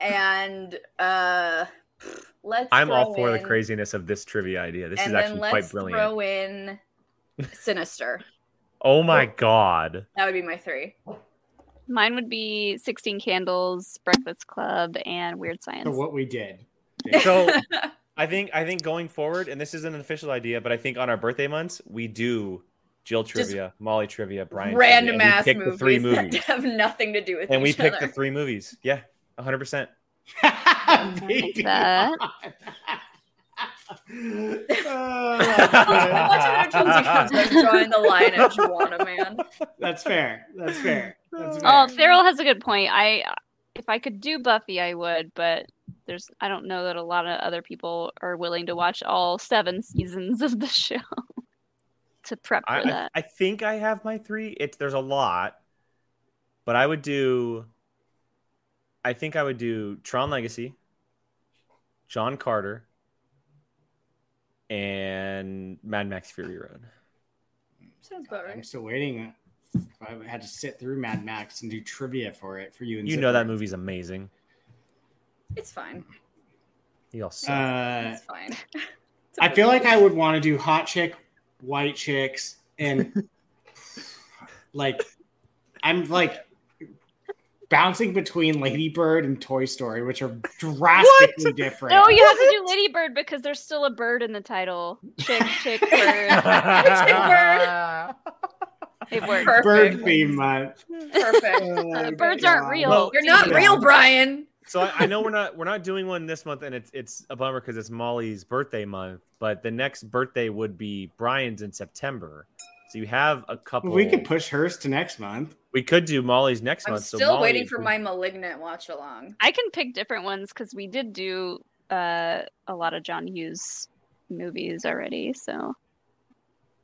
S2: and uh let's
S1: I'm all
S2: throw
S1: for the
S2: in-
S1: craziness of this trivia idea. This is
S2: and
S1: actually
S2: then
S1: quite
S2: let's
S1: brilliant.
S2: throw in Sinister.
S1: Oh my god.
S2: That would be my three.
S3: Mine would be 16 Candles, Breakfast Club, and Weird Science.
S4: so what we did.
S1: So I think I think going forward, and this isn't an official idea, but I think on our birthday months we do Jill
S2: Just
S1: trivia, Molly trivia, Brian
S2: Random
S1: trivia,
S2: ass
S1: and we pick
S2: movies,
S1: the three
S2: that
S1: movies,
S2: have nothing to do with
S1: and we
S2: each
S1: pick
S2: other.
S1: the three movies. Yeah, 100. percent
S4: Baby
S3: that.
S4: on.
S2: How
S4: Uh,
S2: much of a confusion comes drawing the line at Juana Man?
S4: that's fair. That's fair. That's fair.
S3: Oh, Feral has a good point. I if I could do Buffy, I would, but there's I don't know that a lot of other people are willing to watch all seven seasons of the show to prep for
S1: I, I,
S3: that.
S1: I think I have my three. It's there's a lot, but I would do. I think I would do Tron Legacy, John Carter, and Mad Max Fury Road.
S2: Sounds about
S4: I'm
S2: right.
S4: still waiting. I had to sit through Mad Max and do trivia for it for you. And
S1: You
S4: Zipper.
S1: know that movie's amazing.
S2: It's fine.
S1: You all suck.
S4: Uh,
S2: It's fine. It's
S4: I
S2: okay.
S4: feel like I would want to do hot chick, white chicks, and like I'm like bouncing between Lady Bird and Toy Story, which are drastically different.
S3: No, you have to do Ladybird because there's still a bird in the title. Chick, chick, bird. It works. Uh,
S4: Bird
S2: Perfect.
S4: theme month.
S2: perfect.
S4: Oh,
S3: Birds
S4: God.
S3: aren't real.
S1: Well,
S2: You're not
S4: Yeah.
S2: real, Brian.
S1: So I, I know we're not we're not doing one this month, and it's it's a bummer because it's Molly's birthday month. But the next birthday would be Brian's in September, so you have a couple.
S4: We could push hers to next month.
S1: we could do Molly's next
S2: I'm
S1: month.
S2: still
S1: so Molly
S2: waiting
S1: is-
S2: for my malignant watch along.
S3: I can pick different ones because we did do uh, a lot of John Hughes movies already. So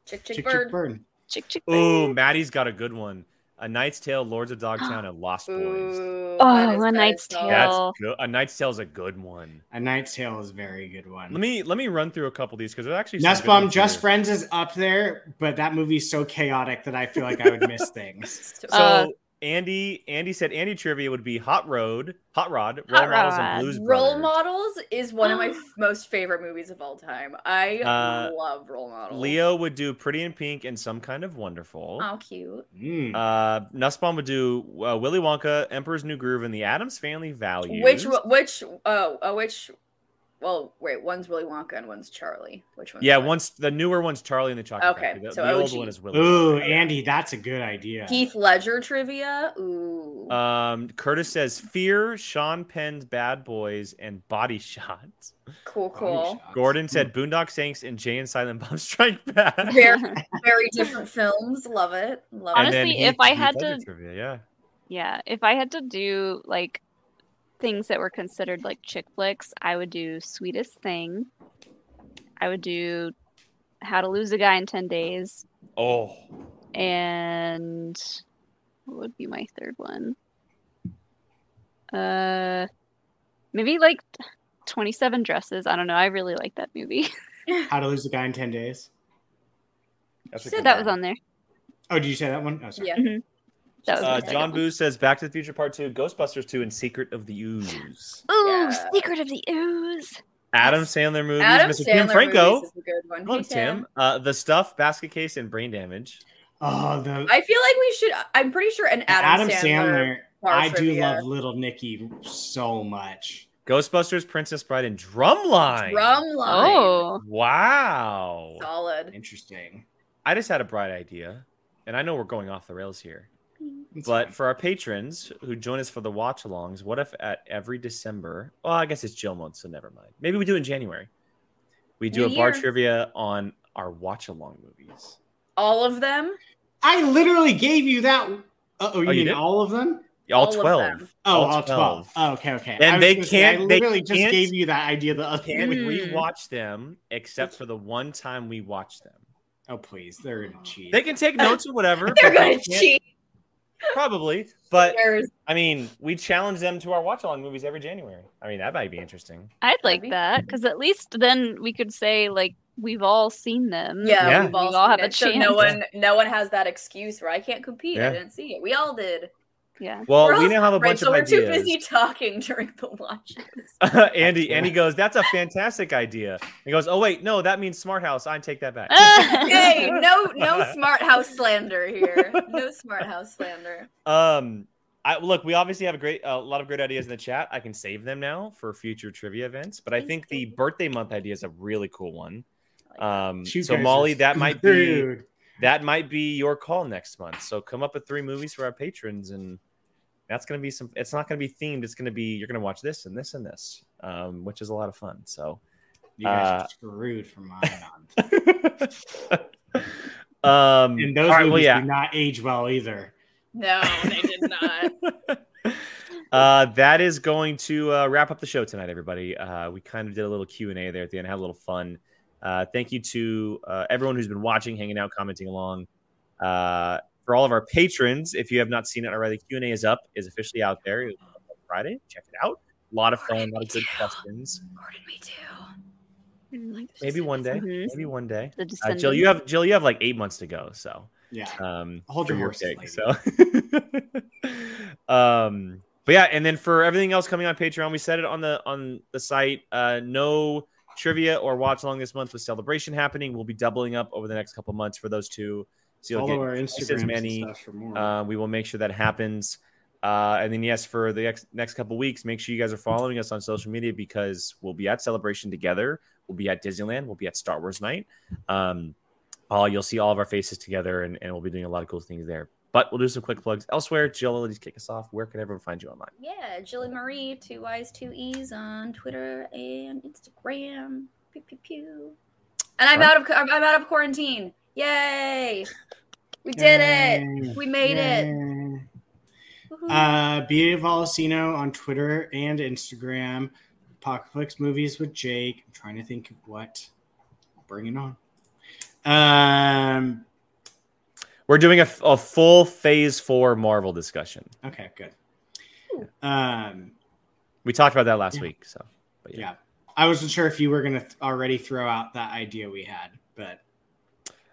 S2: Chick chick,
S4: Chick, chick,
S2: bird.
S4: bird.
S3: chick, chick,
S1: Ooh,
S3: bird.
S1: Maddie got a good one. A Knight's Tale, Lords of Dogtown, and Lost Boys.
S2: Ooh, that is
S3: Oh, a
S2: good
S3: night's
S2: as hell.
S1: That's
S3: tale.
S1: good. A Knight's Tale is a good one.
S4: A Knight's Tale is a very good one.
S1: Let me let me run through a couple of these because there's actually some good
S4: Nussbaum
S1: ones
S4: Just
S1: here.
S4: Friends is up there, but that movie's so chaotic that I feel like I would miss things.
S1: So
S3: Uh,
S1: Andy Andy said Andy trivia would be Hot Road, Hot Rod, Role
S3: Hot
S1: Models,
S3: Rod.
S1: and Blues
S2: Role
S1: Brothers.
S2: Models is one of my f- most favorite movies of all time. I
S1: Uh,
S2: love Role Models.
S1: Leo would do Pretty in Pink and Some Kind of Wonderful.
S2: How cute.
S4: Mm.
S1: Uh, Nussbaum would do uh, Willy Wonka, Emperor's New Groove, and The Adams Family Values.
S2: Which Which which oh uh, which well wait, one's Willy Wonka and one's Charlie. Which one?
S1: Yeah, once the newer one's Charlie and the Chocolate
S2: Okay,
S1: Factory. The,
S2: so
S1: the old
S2: OG.
S1: one is Willy.
S4: Ooh,
S1: Wonka.
S4: Andy, that's a good idea.
S2: Heath Ledger trivia. Ooh.
S1: Um, Curtis says Fear, Sean Penn's Bad Boys, and Body Shots.
S2: Cool,
S4: Body
S2: cool.
S4: shots.
S1: Gordon said Boondock Saints and Jay and Silent Bob Strike Back.
S2: Very, very different films. Love it. Love
S1: And
S2: it.
S1: then
S3: Honestly,
S1: he-
S3: if I
S1: he
S3: had
S1: does
S3: to-
S1: it trivia, yeah.
S3: Yeah, if I had to do like things that were considered like chick flicks, I would do Sweetest Thing. I would do How to Lose a Guy in 10 Days
S1: Oh,
S3: and what would be my third one? Uh maybe like 27 dresses. I don't know. I really like that movie.
S4: How to Lose a Guy in 10 Days.
S1: that's a
S3: so
S1: good
S3: that was
S1: one.
S3: on there.
S4: Oh, did you say that one? Oh, sorry.
S2: Yeah.
S3: That
S1: Uh,
S3: was my
S1: John
S3: second one.
S1: Boo says Back to the Future Part Two, Ghostbusters Two, and Secret of the Ooze.
S3: Ooh,
S2: Yeah.
S3: Secret of the Ooze.
S1: Adam Sandler movies,
S2: Adam
S1: Mr.
S2: Sandler
S1: Tim Franco.
S2: movies is a good one.
S1: Come on,
S2: Hey,
S1: Tim. Uh, the Stuff, Basket Case, and Brain Damage.
S4: Oh, the
S2: I feel like we should. I'm pretty sure an Adam, Sandler. bar
S4: I do
S2: trivia.
S4: love Little Nicky so much.
S1: Ghostbusters, Princess Bride, and Drumline.
S2: Drumline.
S3: Oh.
S1: Wow.
S2: Solid.
S4: Interesting.
S1: I just had a bright idea, and I know we're going off the rails here.
S4: It's
S1: But
S4: fine.
S1: for our patrons who join us for the watch alongs, what if at every December? Well, I guess it's Jill month, so never mind. Maybe we do in January. We do
S2: New
S1: a bar
S2: year.
S1: trivia on our watch along movies.
S2: All of them.
S4: I literally gave you that. Uh, oh, you
S1: you
S4: mean
S1: did?
S4: all of them?
S1: All,
S2: All of
S1: 12.
S4: Oh, all, 12. Oh, okay, okay.
S1: And
S4: I was
S1: they
S4: gonna say, I
S1: can't- they
S4: literally just
S1: can't-
S4: gave you that idea the other
S1: Can
S3: Mm.
S1: we watch them except for the one time we watch them?
S4: Oh, please. They're going to cheat.
S1: Mm-hmm. They can take notes or whatever.
S2: They're
S1: but they
S2: gonna
S1: can't-
S2: cheat.
S1: Probably. But
S2: There's-
S1: I mean, we challenge them to our watch along movies every January. I mean, that might be interesting.
S3: I'd like
S2: Maybe.
S3: that because at least then we could say like we've all seen them.
S2: Yeah,
S1: Yeah.
S2: we've all,
S3: We all
S2: seen
S3: have a
S2: it, so
S3: chance.
S2: no one, no one has that excuse where I can't compete.
S1: Yeah.
S2: I didn't see it. We all did.
S3: yeah.
S1: Well,
S2: We're
S1: we
S2: all
S1: now have a
S2: right,
S1: bunch
S2: so
S1: of
S2: we're
S1: ideas.
S2: too busy talking during the watches.
S1: Andy, Andy goes, "That's a fantastic idea." He goes, "Oh wait, no, that means smart house. I take that back."
S2: hey, no, no smart house slander here. No smart house slander.
S1: um, I look, we obviously have a great, a lot of great ideas in the chat. I can save them now for future trivia events. But I
S2: Thanks,
S1: think the
S2: David.
S1: birthday month idea is a really cool one.
S2: Like,
S1: Um,
S4: Shoot
S1: so
S4: guys,
S1: Molly,
S4: it's
S1: that might be
S4: rude.
S1: that might be your call next month. So come up with three movies for our patrons, and that's gonna be some. It's not gonna be themed. It's gonna be you're gonna watch this and this and this, um, which is a lot of fun. So.
S4: You guys
S1: uh,
S4: are screwed from mine on.
S1: um, and
S4: And those
S1: Um, all right, well,
S4: movies do
S1: yeah.
S4: not age well either.
S2: no, they did not.
S1: Uh, that is going to uh, wrap up the show tonight, everybody. Uh, we kind of did a little Q and A there at the end, had a little fun. Uh, thank you to uh, everyone who's been watching, hanging out, commenting along. Uh, for all of our patrons, if you have not seen it already, Q and A is up, is officially out there. It was up on Friday, check it out. A lot of fun, a lot of good questions.
S2: Gordon, me too.
S1: Maybe one day,
S3: Mhm.
S1: maybe one day.
S3: The
S1: Uh, Jill, you have Jill, you have like eight months to go, so.
S4: Yeah.
S1: um
S4: Hold
S1: for
S4: your
S1: your
S4: horses,
S1: pick,
S4: lady.
S1: so um but yeah and then for everything else coming on patreon we said it on the on the site uh no trivia or watch along this month with celebration happening we'll be doubling up over the next couple months for those two so you'll
S4: Follow
S1: get
S4: our
S1: twice as
S4: Instagram
S1: many,
S4: and stuff for more.
S1: uh, we will make sure that happens. Uh, and then, yes, for the ex- next couple weeks, make sure you guys are following us on social media because we'll be at Celebration together. We'll be at Disneyland. We'll be at Star Wars Night. Um, all you'll see all of our faces together, and, and we'll be doing a lot of cool things there. But we'll do some quick plugs elsewhere. Jill, will just kick us off. Where can everyone find you online?
S2: Yeah, Jilly Marie, two Y's, two E's on Twitter and Instagram. Pew pew pew. And I'm
S1: Alright.
S2: out of I'm, I'm out of quarantine. Yay! We did it. We made it. Woohoo.
S4: Uh, B.A. Volosino on Twitter and Instagram. Apocalypse movies with Jake. I'm trying to think of what. Bring it on. Um.
S1: We're doing a, f- a full Phase 4 Marvel discussion.
S4: Okay. Good.
S2: Ooh.
S4: Um.
S1: We talked about that last
S4: Yeah.
S1: week. So, but
S4: Yeah. I wasn't sure if you were gonna th- already throw out that idea we had, but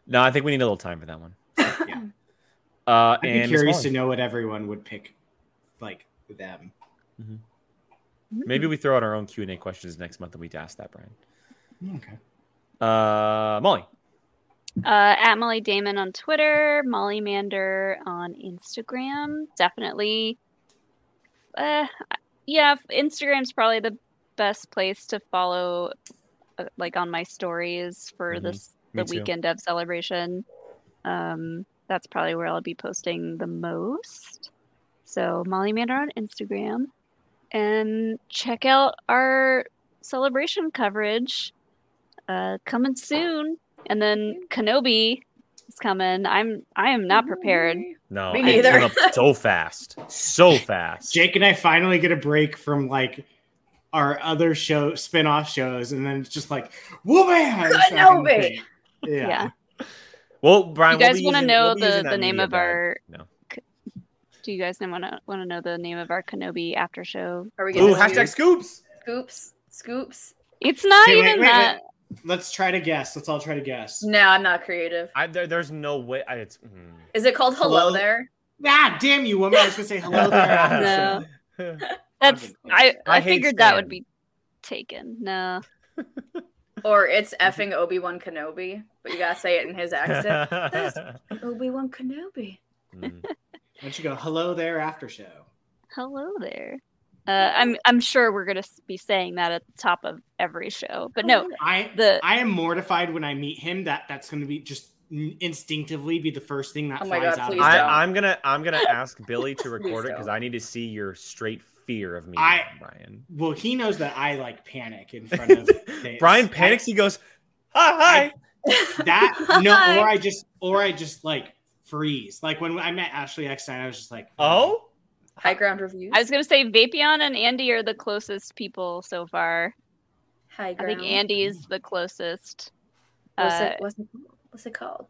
S1: No, I think we need a little time for that one.
S4: yeah.
S1: Uh,
S4: I'd be
S1: and Ms.
S4: curious
S1: Molly.
S4: to know what everyone would pick, like them.
S1: Maybe we throw out our own Q and A questions next month, and we ask that, Brian. Mm,
S4: Okay.
S1: Uh, Molly,
S3: uh, at Molly Damon on Twitter, Molly Mander on Instagram. Definitely. Uh, yeah, Instagram's probably the best place to follow, uh, like on my stories for
S1: Mhm.
S3: this
S1: Me
S3: the
S1: too.
S3: weekend of celebration. Um, that's probably where I'll be posting the most. So Molly Mander on Instagram, and check out our celebration coverage uh, coming soon. And then Kenobi is coming. I'm I am not prepared.
S1: No,
S2: Me
S1: it
S2: neither.
S1: went up so fast, so fast.
S4: Jake and I finally get a break from like our other show spin-off shows, and then it's just like, woman,
S2: Kenobi!
S4: Yeah.
S3: Yeah.
S1: well, Brian,
S3: You
S1: we'll
S3: guys
S1: be
S3: wanna
S1: using-
S3: know
S1: we'll be
S3: the-
S1: using that
S3: the name
S1: media
S3: of
S1: bag.
S3: our-
S1: No.
S3: Do you guys want to want to know the name of our Kenobi after show?
S2: Are we
S1: Ooh,
S2: getting
S1: hashtag scoops.
S2: scoops? Scoops?
S3: It's not
S4: Hey, wait,
S3: even
S4: wait, wait.
S3: that.
S4: Let's try to guess. Let's all try to guess.
S2: No, I'm not creative.
S1: I, there, there's no way. I, it's, mm.
S2: Is it called Hello,
S4: Hello?
S2: There?
S4: Ah, damn you, woman! I was gonna say hello there. after the
S3: No.
S4: show.
S3: That's I.
S1: I
S3: I,
S1: hate
S3: figured that
S1: Stan.
S3: would be taken. No.
S2: Or it's effing Obi Wan Kenobi, but you gotta say it in his accent. Obi Wan Kenobi.
S1: Mm.
S4: Why don't you go hello there after show?
S3: Hello there. Uh, I'm I'm sure we're gonna s- be saying that at the top of every show, but no,
S4: I
S3: the
S4: I am mortified when I meet him. That that's gonna be just n- instinctively be the first thing that
S2: Oh my
S4: flies
S2: God,
S4: out. of
S2: please
S4: his
S2: don't.
S4: mouth.
S1: I, I'm gonna I'm gonna ask Billy to record it
S2: don't.
S1: because I need to see your straight fear of me,
S4: I-
S1: Brian.
S4: Well, he knows that I like panic in front of things.
S1: Brian panics. He goes, "Hi,
S4: that no, or I just or I just like freeze. Like when I met Ashley Eckstein, I was just like,
S1: hi, oh."
S2: High ground reviews.
S3: I was gonna say Vapion and Andy are the closest people so far.
S2: High
S3: I
S2: ground.
S3: think Andy's the closest.
S2: What's,
S3: Uh,
S2: it, what's, it, what's it called?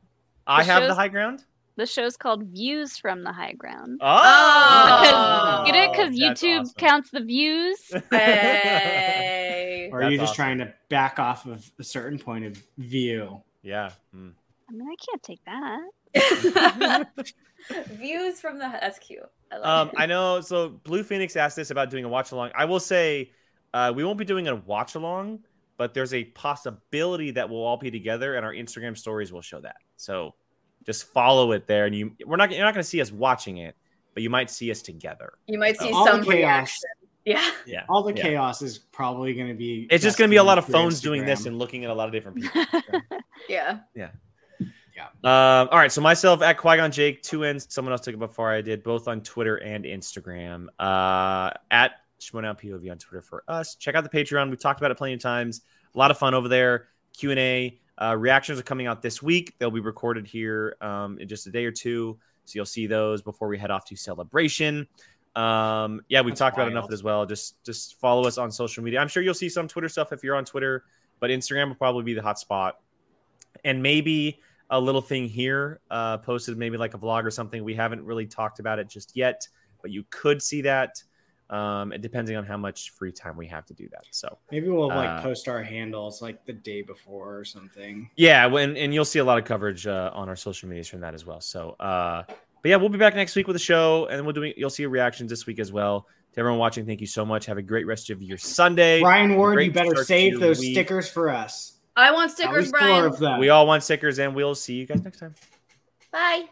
S1: I
S3: The
S1: have the
S3: show's-
S1: high ground.
S3: the show's called Views from the High Ground.
S1: Oh,
S3: Because, get it? Because
S1: That's
S3: YouTube
S1: awesome.
S3: counts the views.
S2: Hey.
S4: or are you
S1: That's
S4: just
S1: awesome.
S4: trying to back off of a certain point of view?
S1: Yeah. mm.
S3: I mean, I can't take that.
S2: Views from the that's cute. I love
S1: Um,
S2: it.
S1: I know. So Blue Phoenix asked this about doing a watch along. I will say, uh, we won't be doing a watch along, but there's a possibility that we'll all be together, and our Instagram stories will show that. So just follow it there, and you we're not you're not going to see us watching it, but you might see us together.
S2: You might see
S4: All the
S2: some
S4: chaos.
S2: reaction. Yeah.
S1: Yeah.
S4: All the
S1: Yeah.
S4: chaos is probably going to be.
S1: It's just going to be a lot of
S4: through
S1: phones doing
S4: Instagram.
S1: this and looking at a lot of different people.
S2: Yeah.
S1: Um, all right, so myself at Qui Gon Jake, two ends. Someone else took it before I did, both on Twitter and Instagram. Uh, at Shmonout POV on Twitter for us. Check out the Patreon. We've talked about it plenty of times. A lot of fun over there. Q and A uh, reactions are coming out this week. They'll be recorded here um, in just a day or two, so you'll see those before we head off to celebration. Um, yeah, we've
S4: That's
S1: talked about enough of
S4: wild.
S1: it as well. Just just follow us on social media. I'm sure you'll see some Twitter stuff if you're on Twitter, but Instagram will probably be the hot spot. And maybe a little thing here uh, posted, maybe like a vlog or something. We haven't really talked about it just yet, but you could see that um, depending on how much free time we have to do that. So
S4: Maybe we'll like
S1: Uh,
S4: post our handles like the day before or something.
S1: yeah, when, and you'll see a lot of coverage uh, on our social medias from that as well. So, uh, but yeah, we'll be back next week with a show, and we'll do. You'll see reactions this week as well. To everyone watching, thank you so much. Have a great rest of your Sunday.
S4: Ryan Ward,
S1: great
S4: you better
S1: start to
S4: save those
S1: week.
S4: stickers for us.
S2: I want
S4: At
S2: stickers,
S4: least four
S2: Brian.
S4: of them.
S1: We all want stickers, and we'll see you guys next time.
S2: Bye.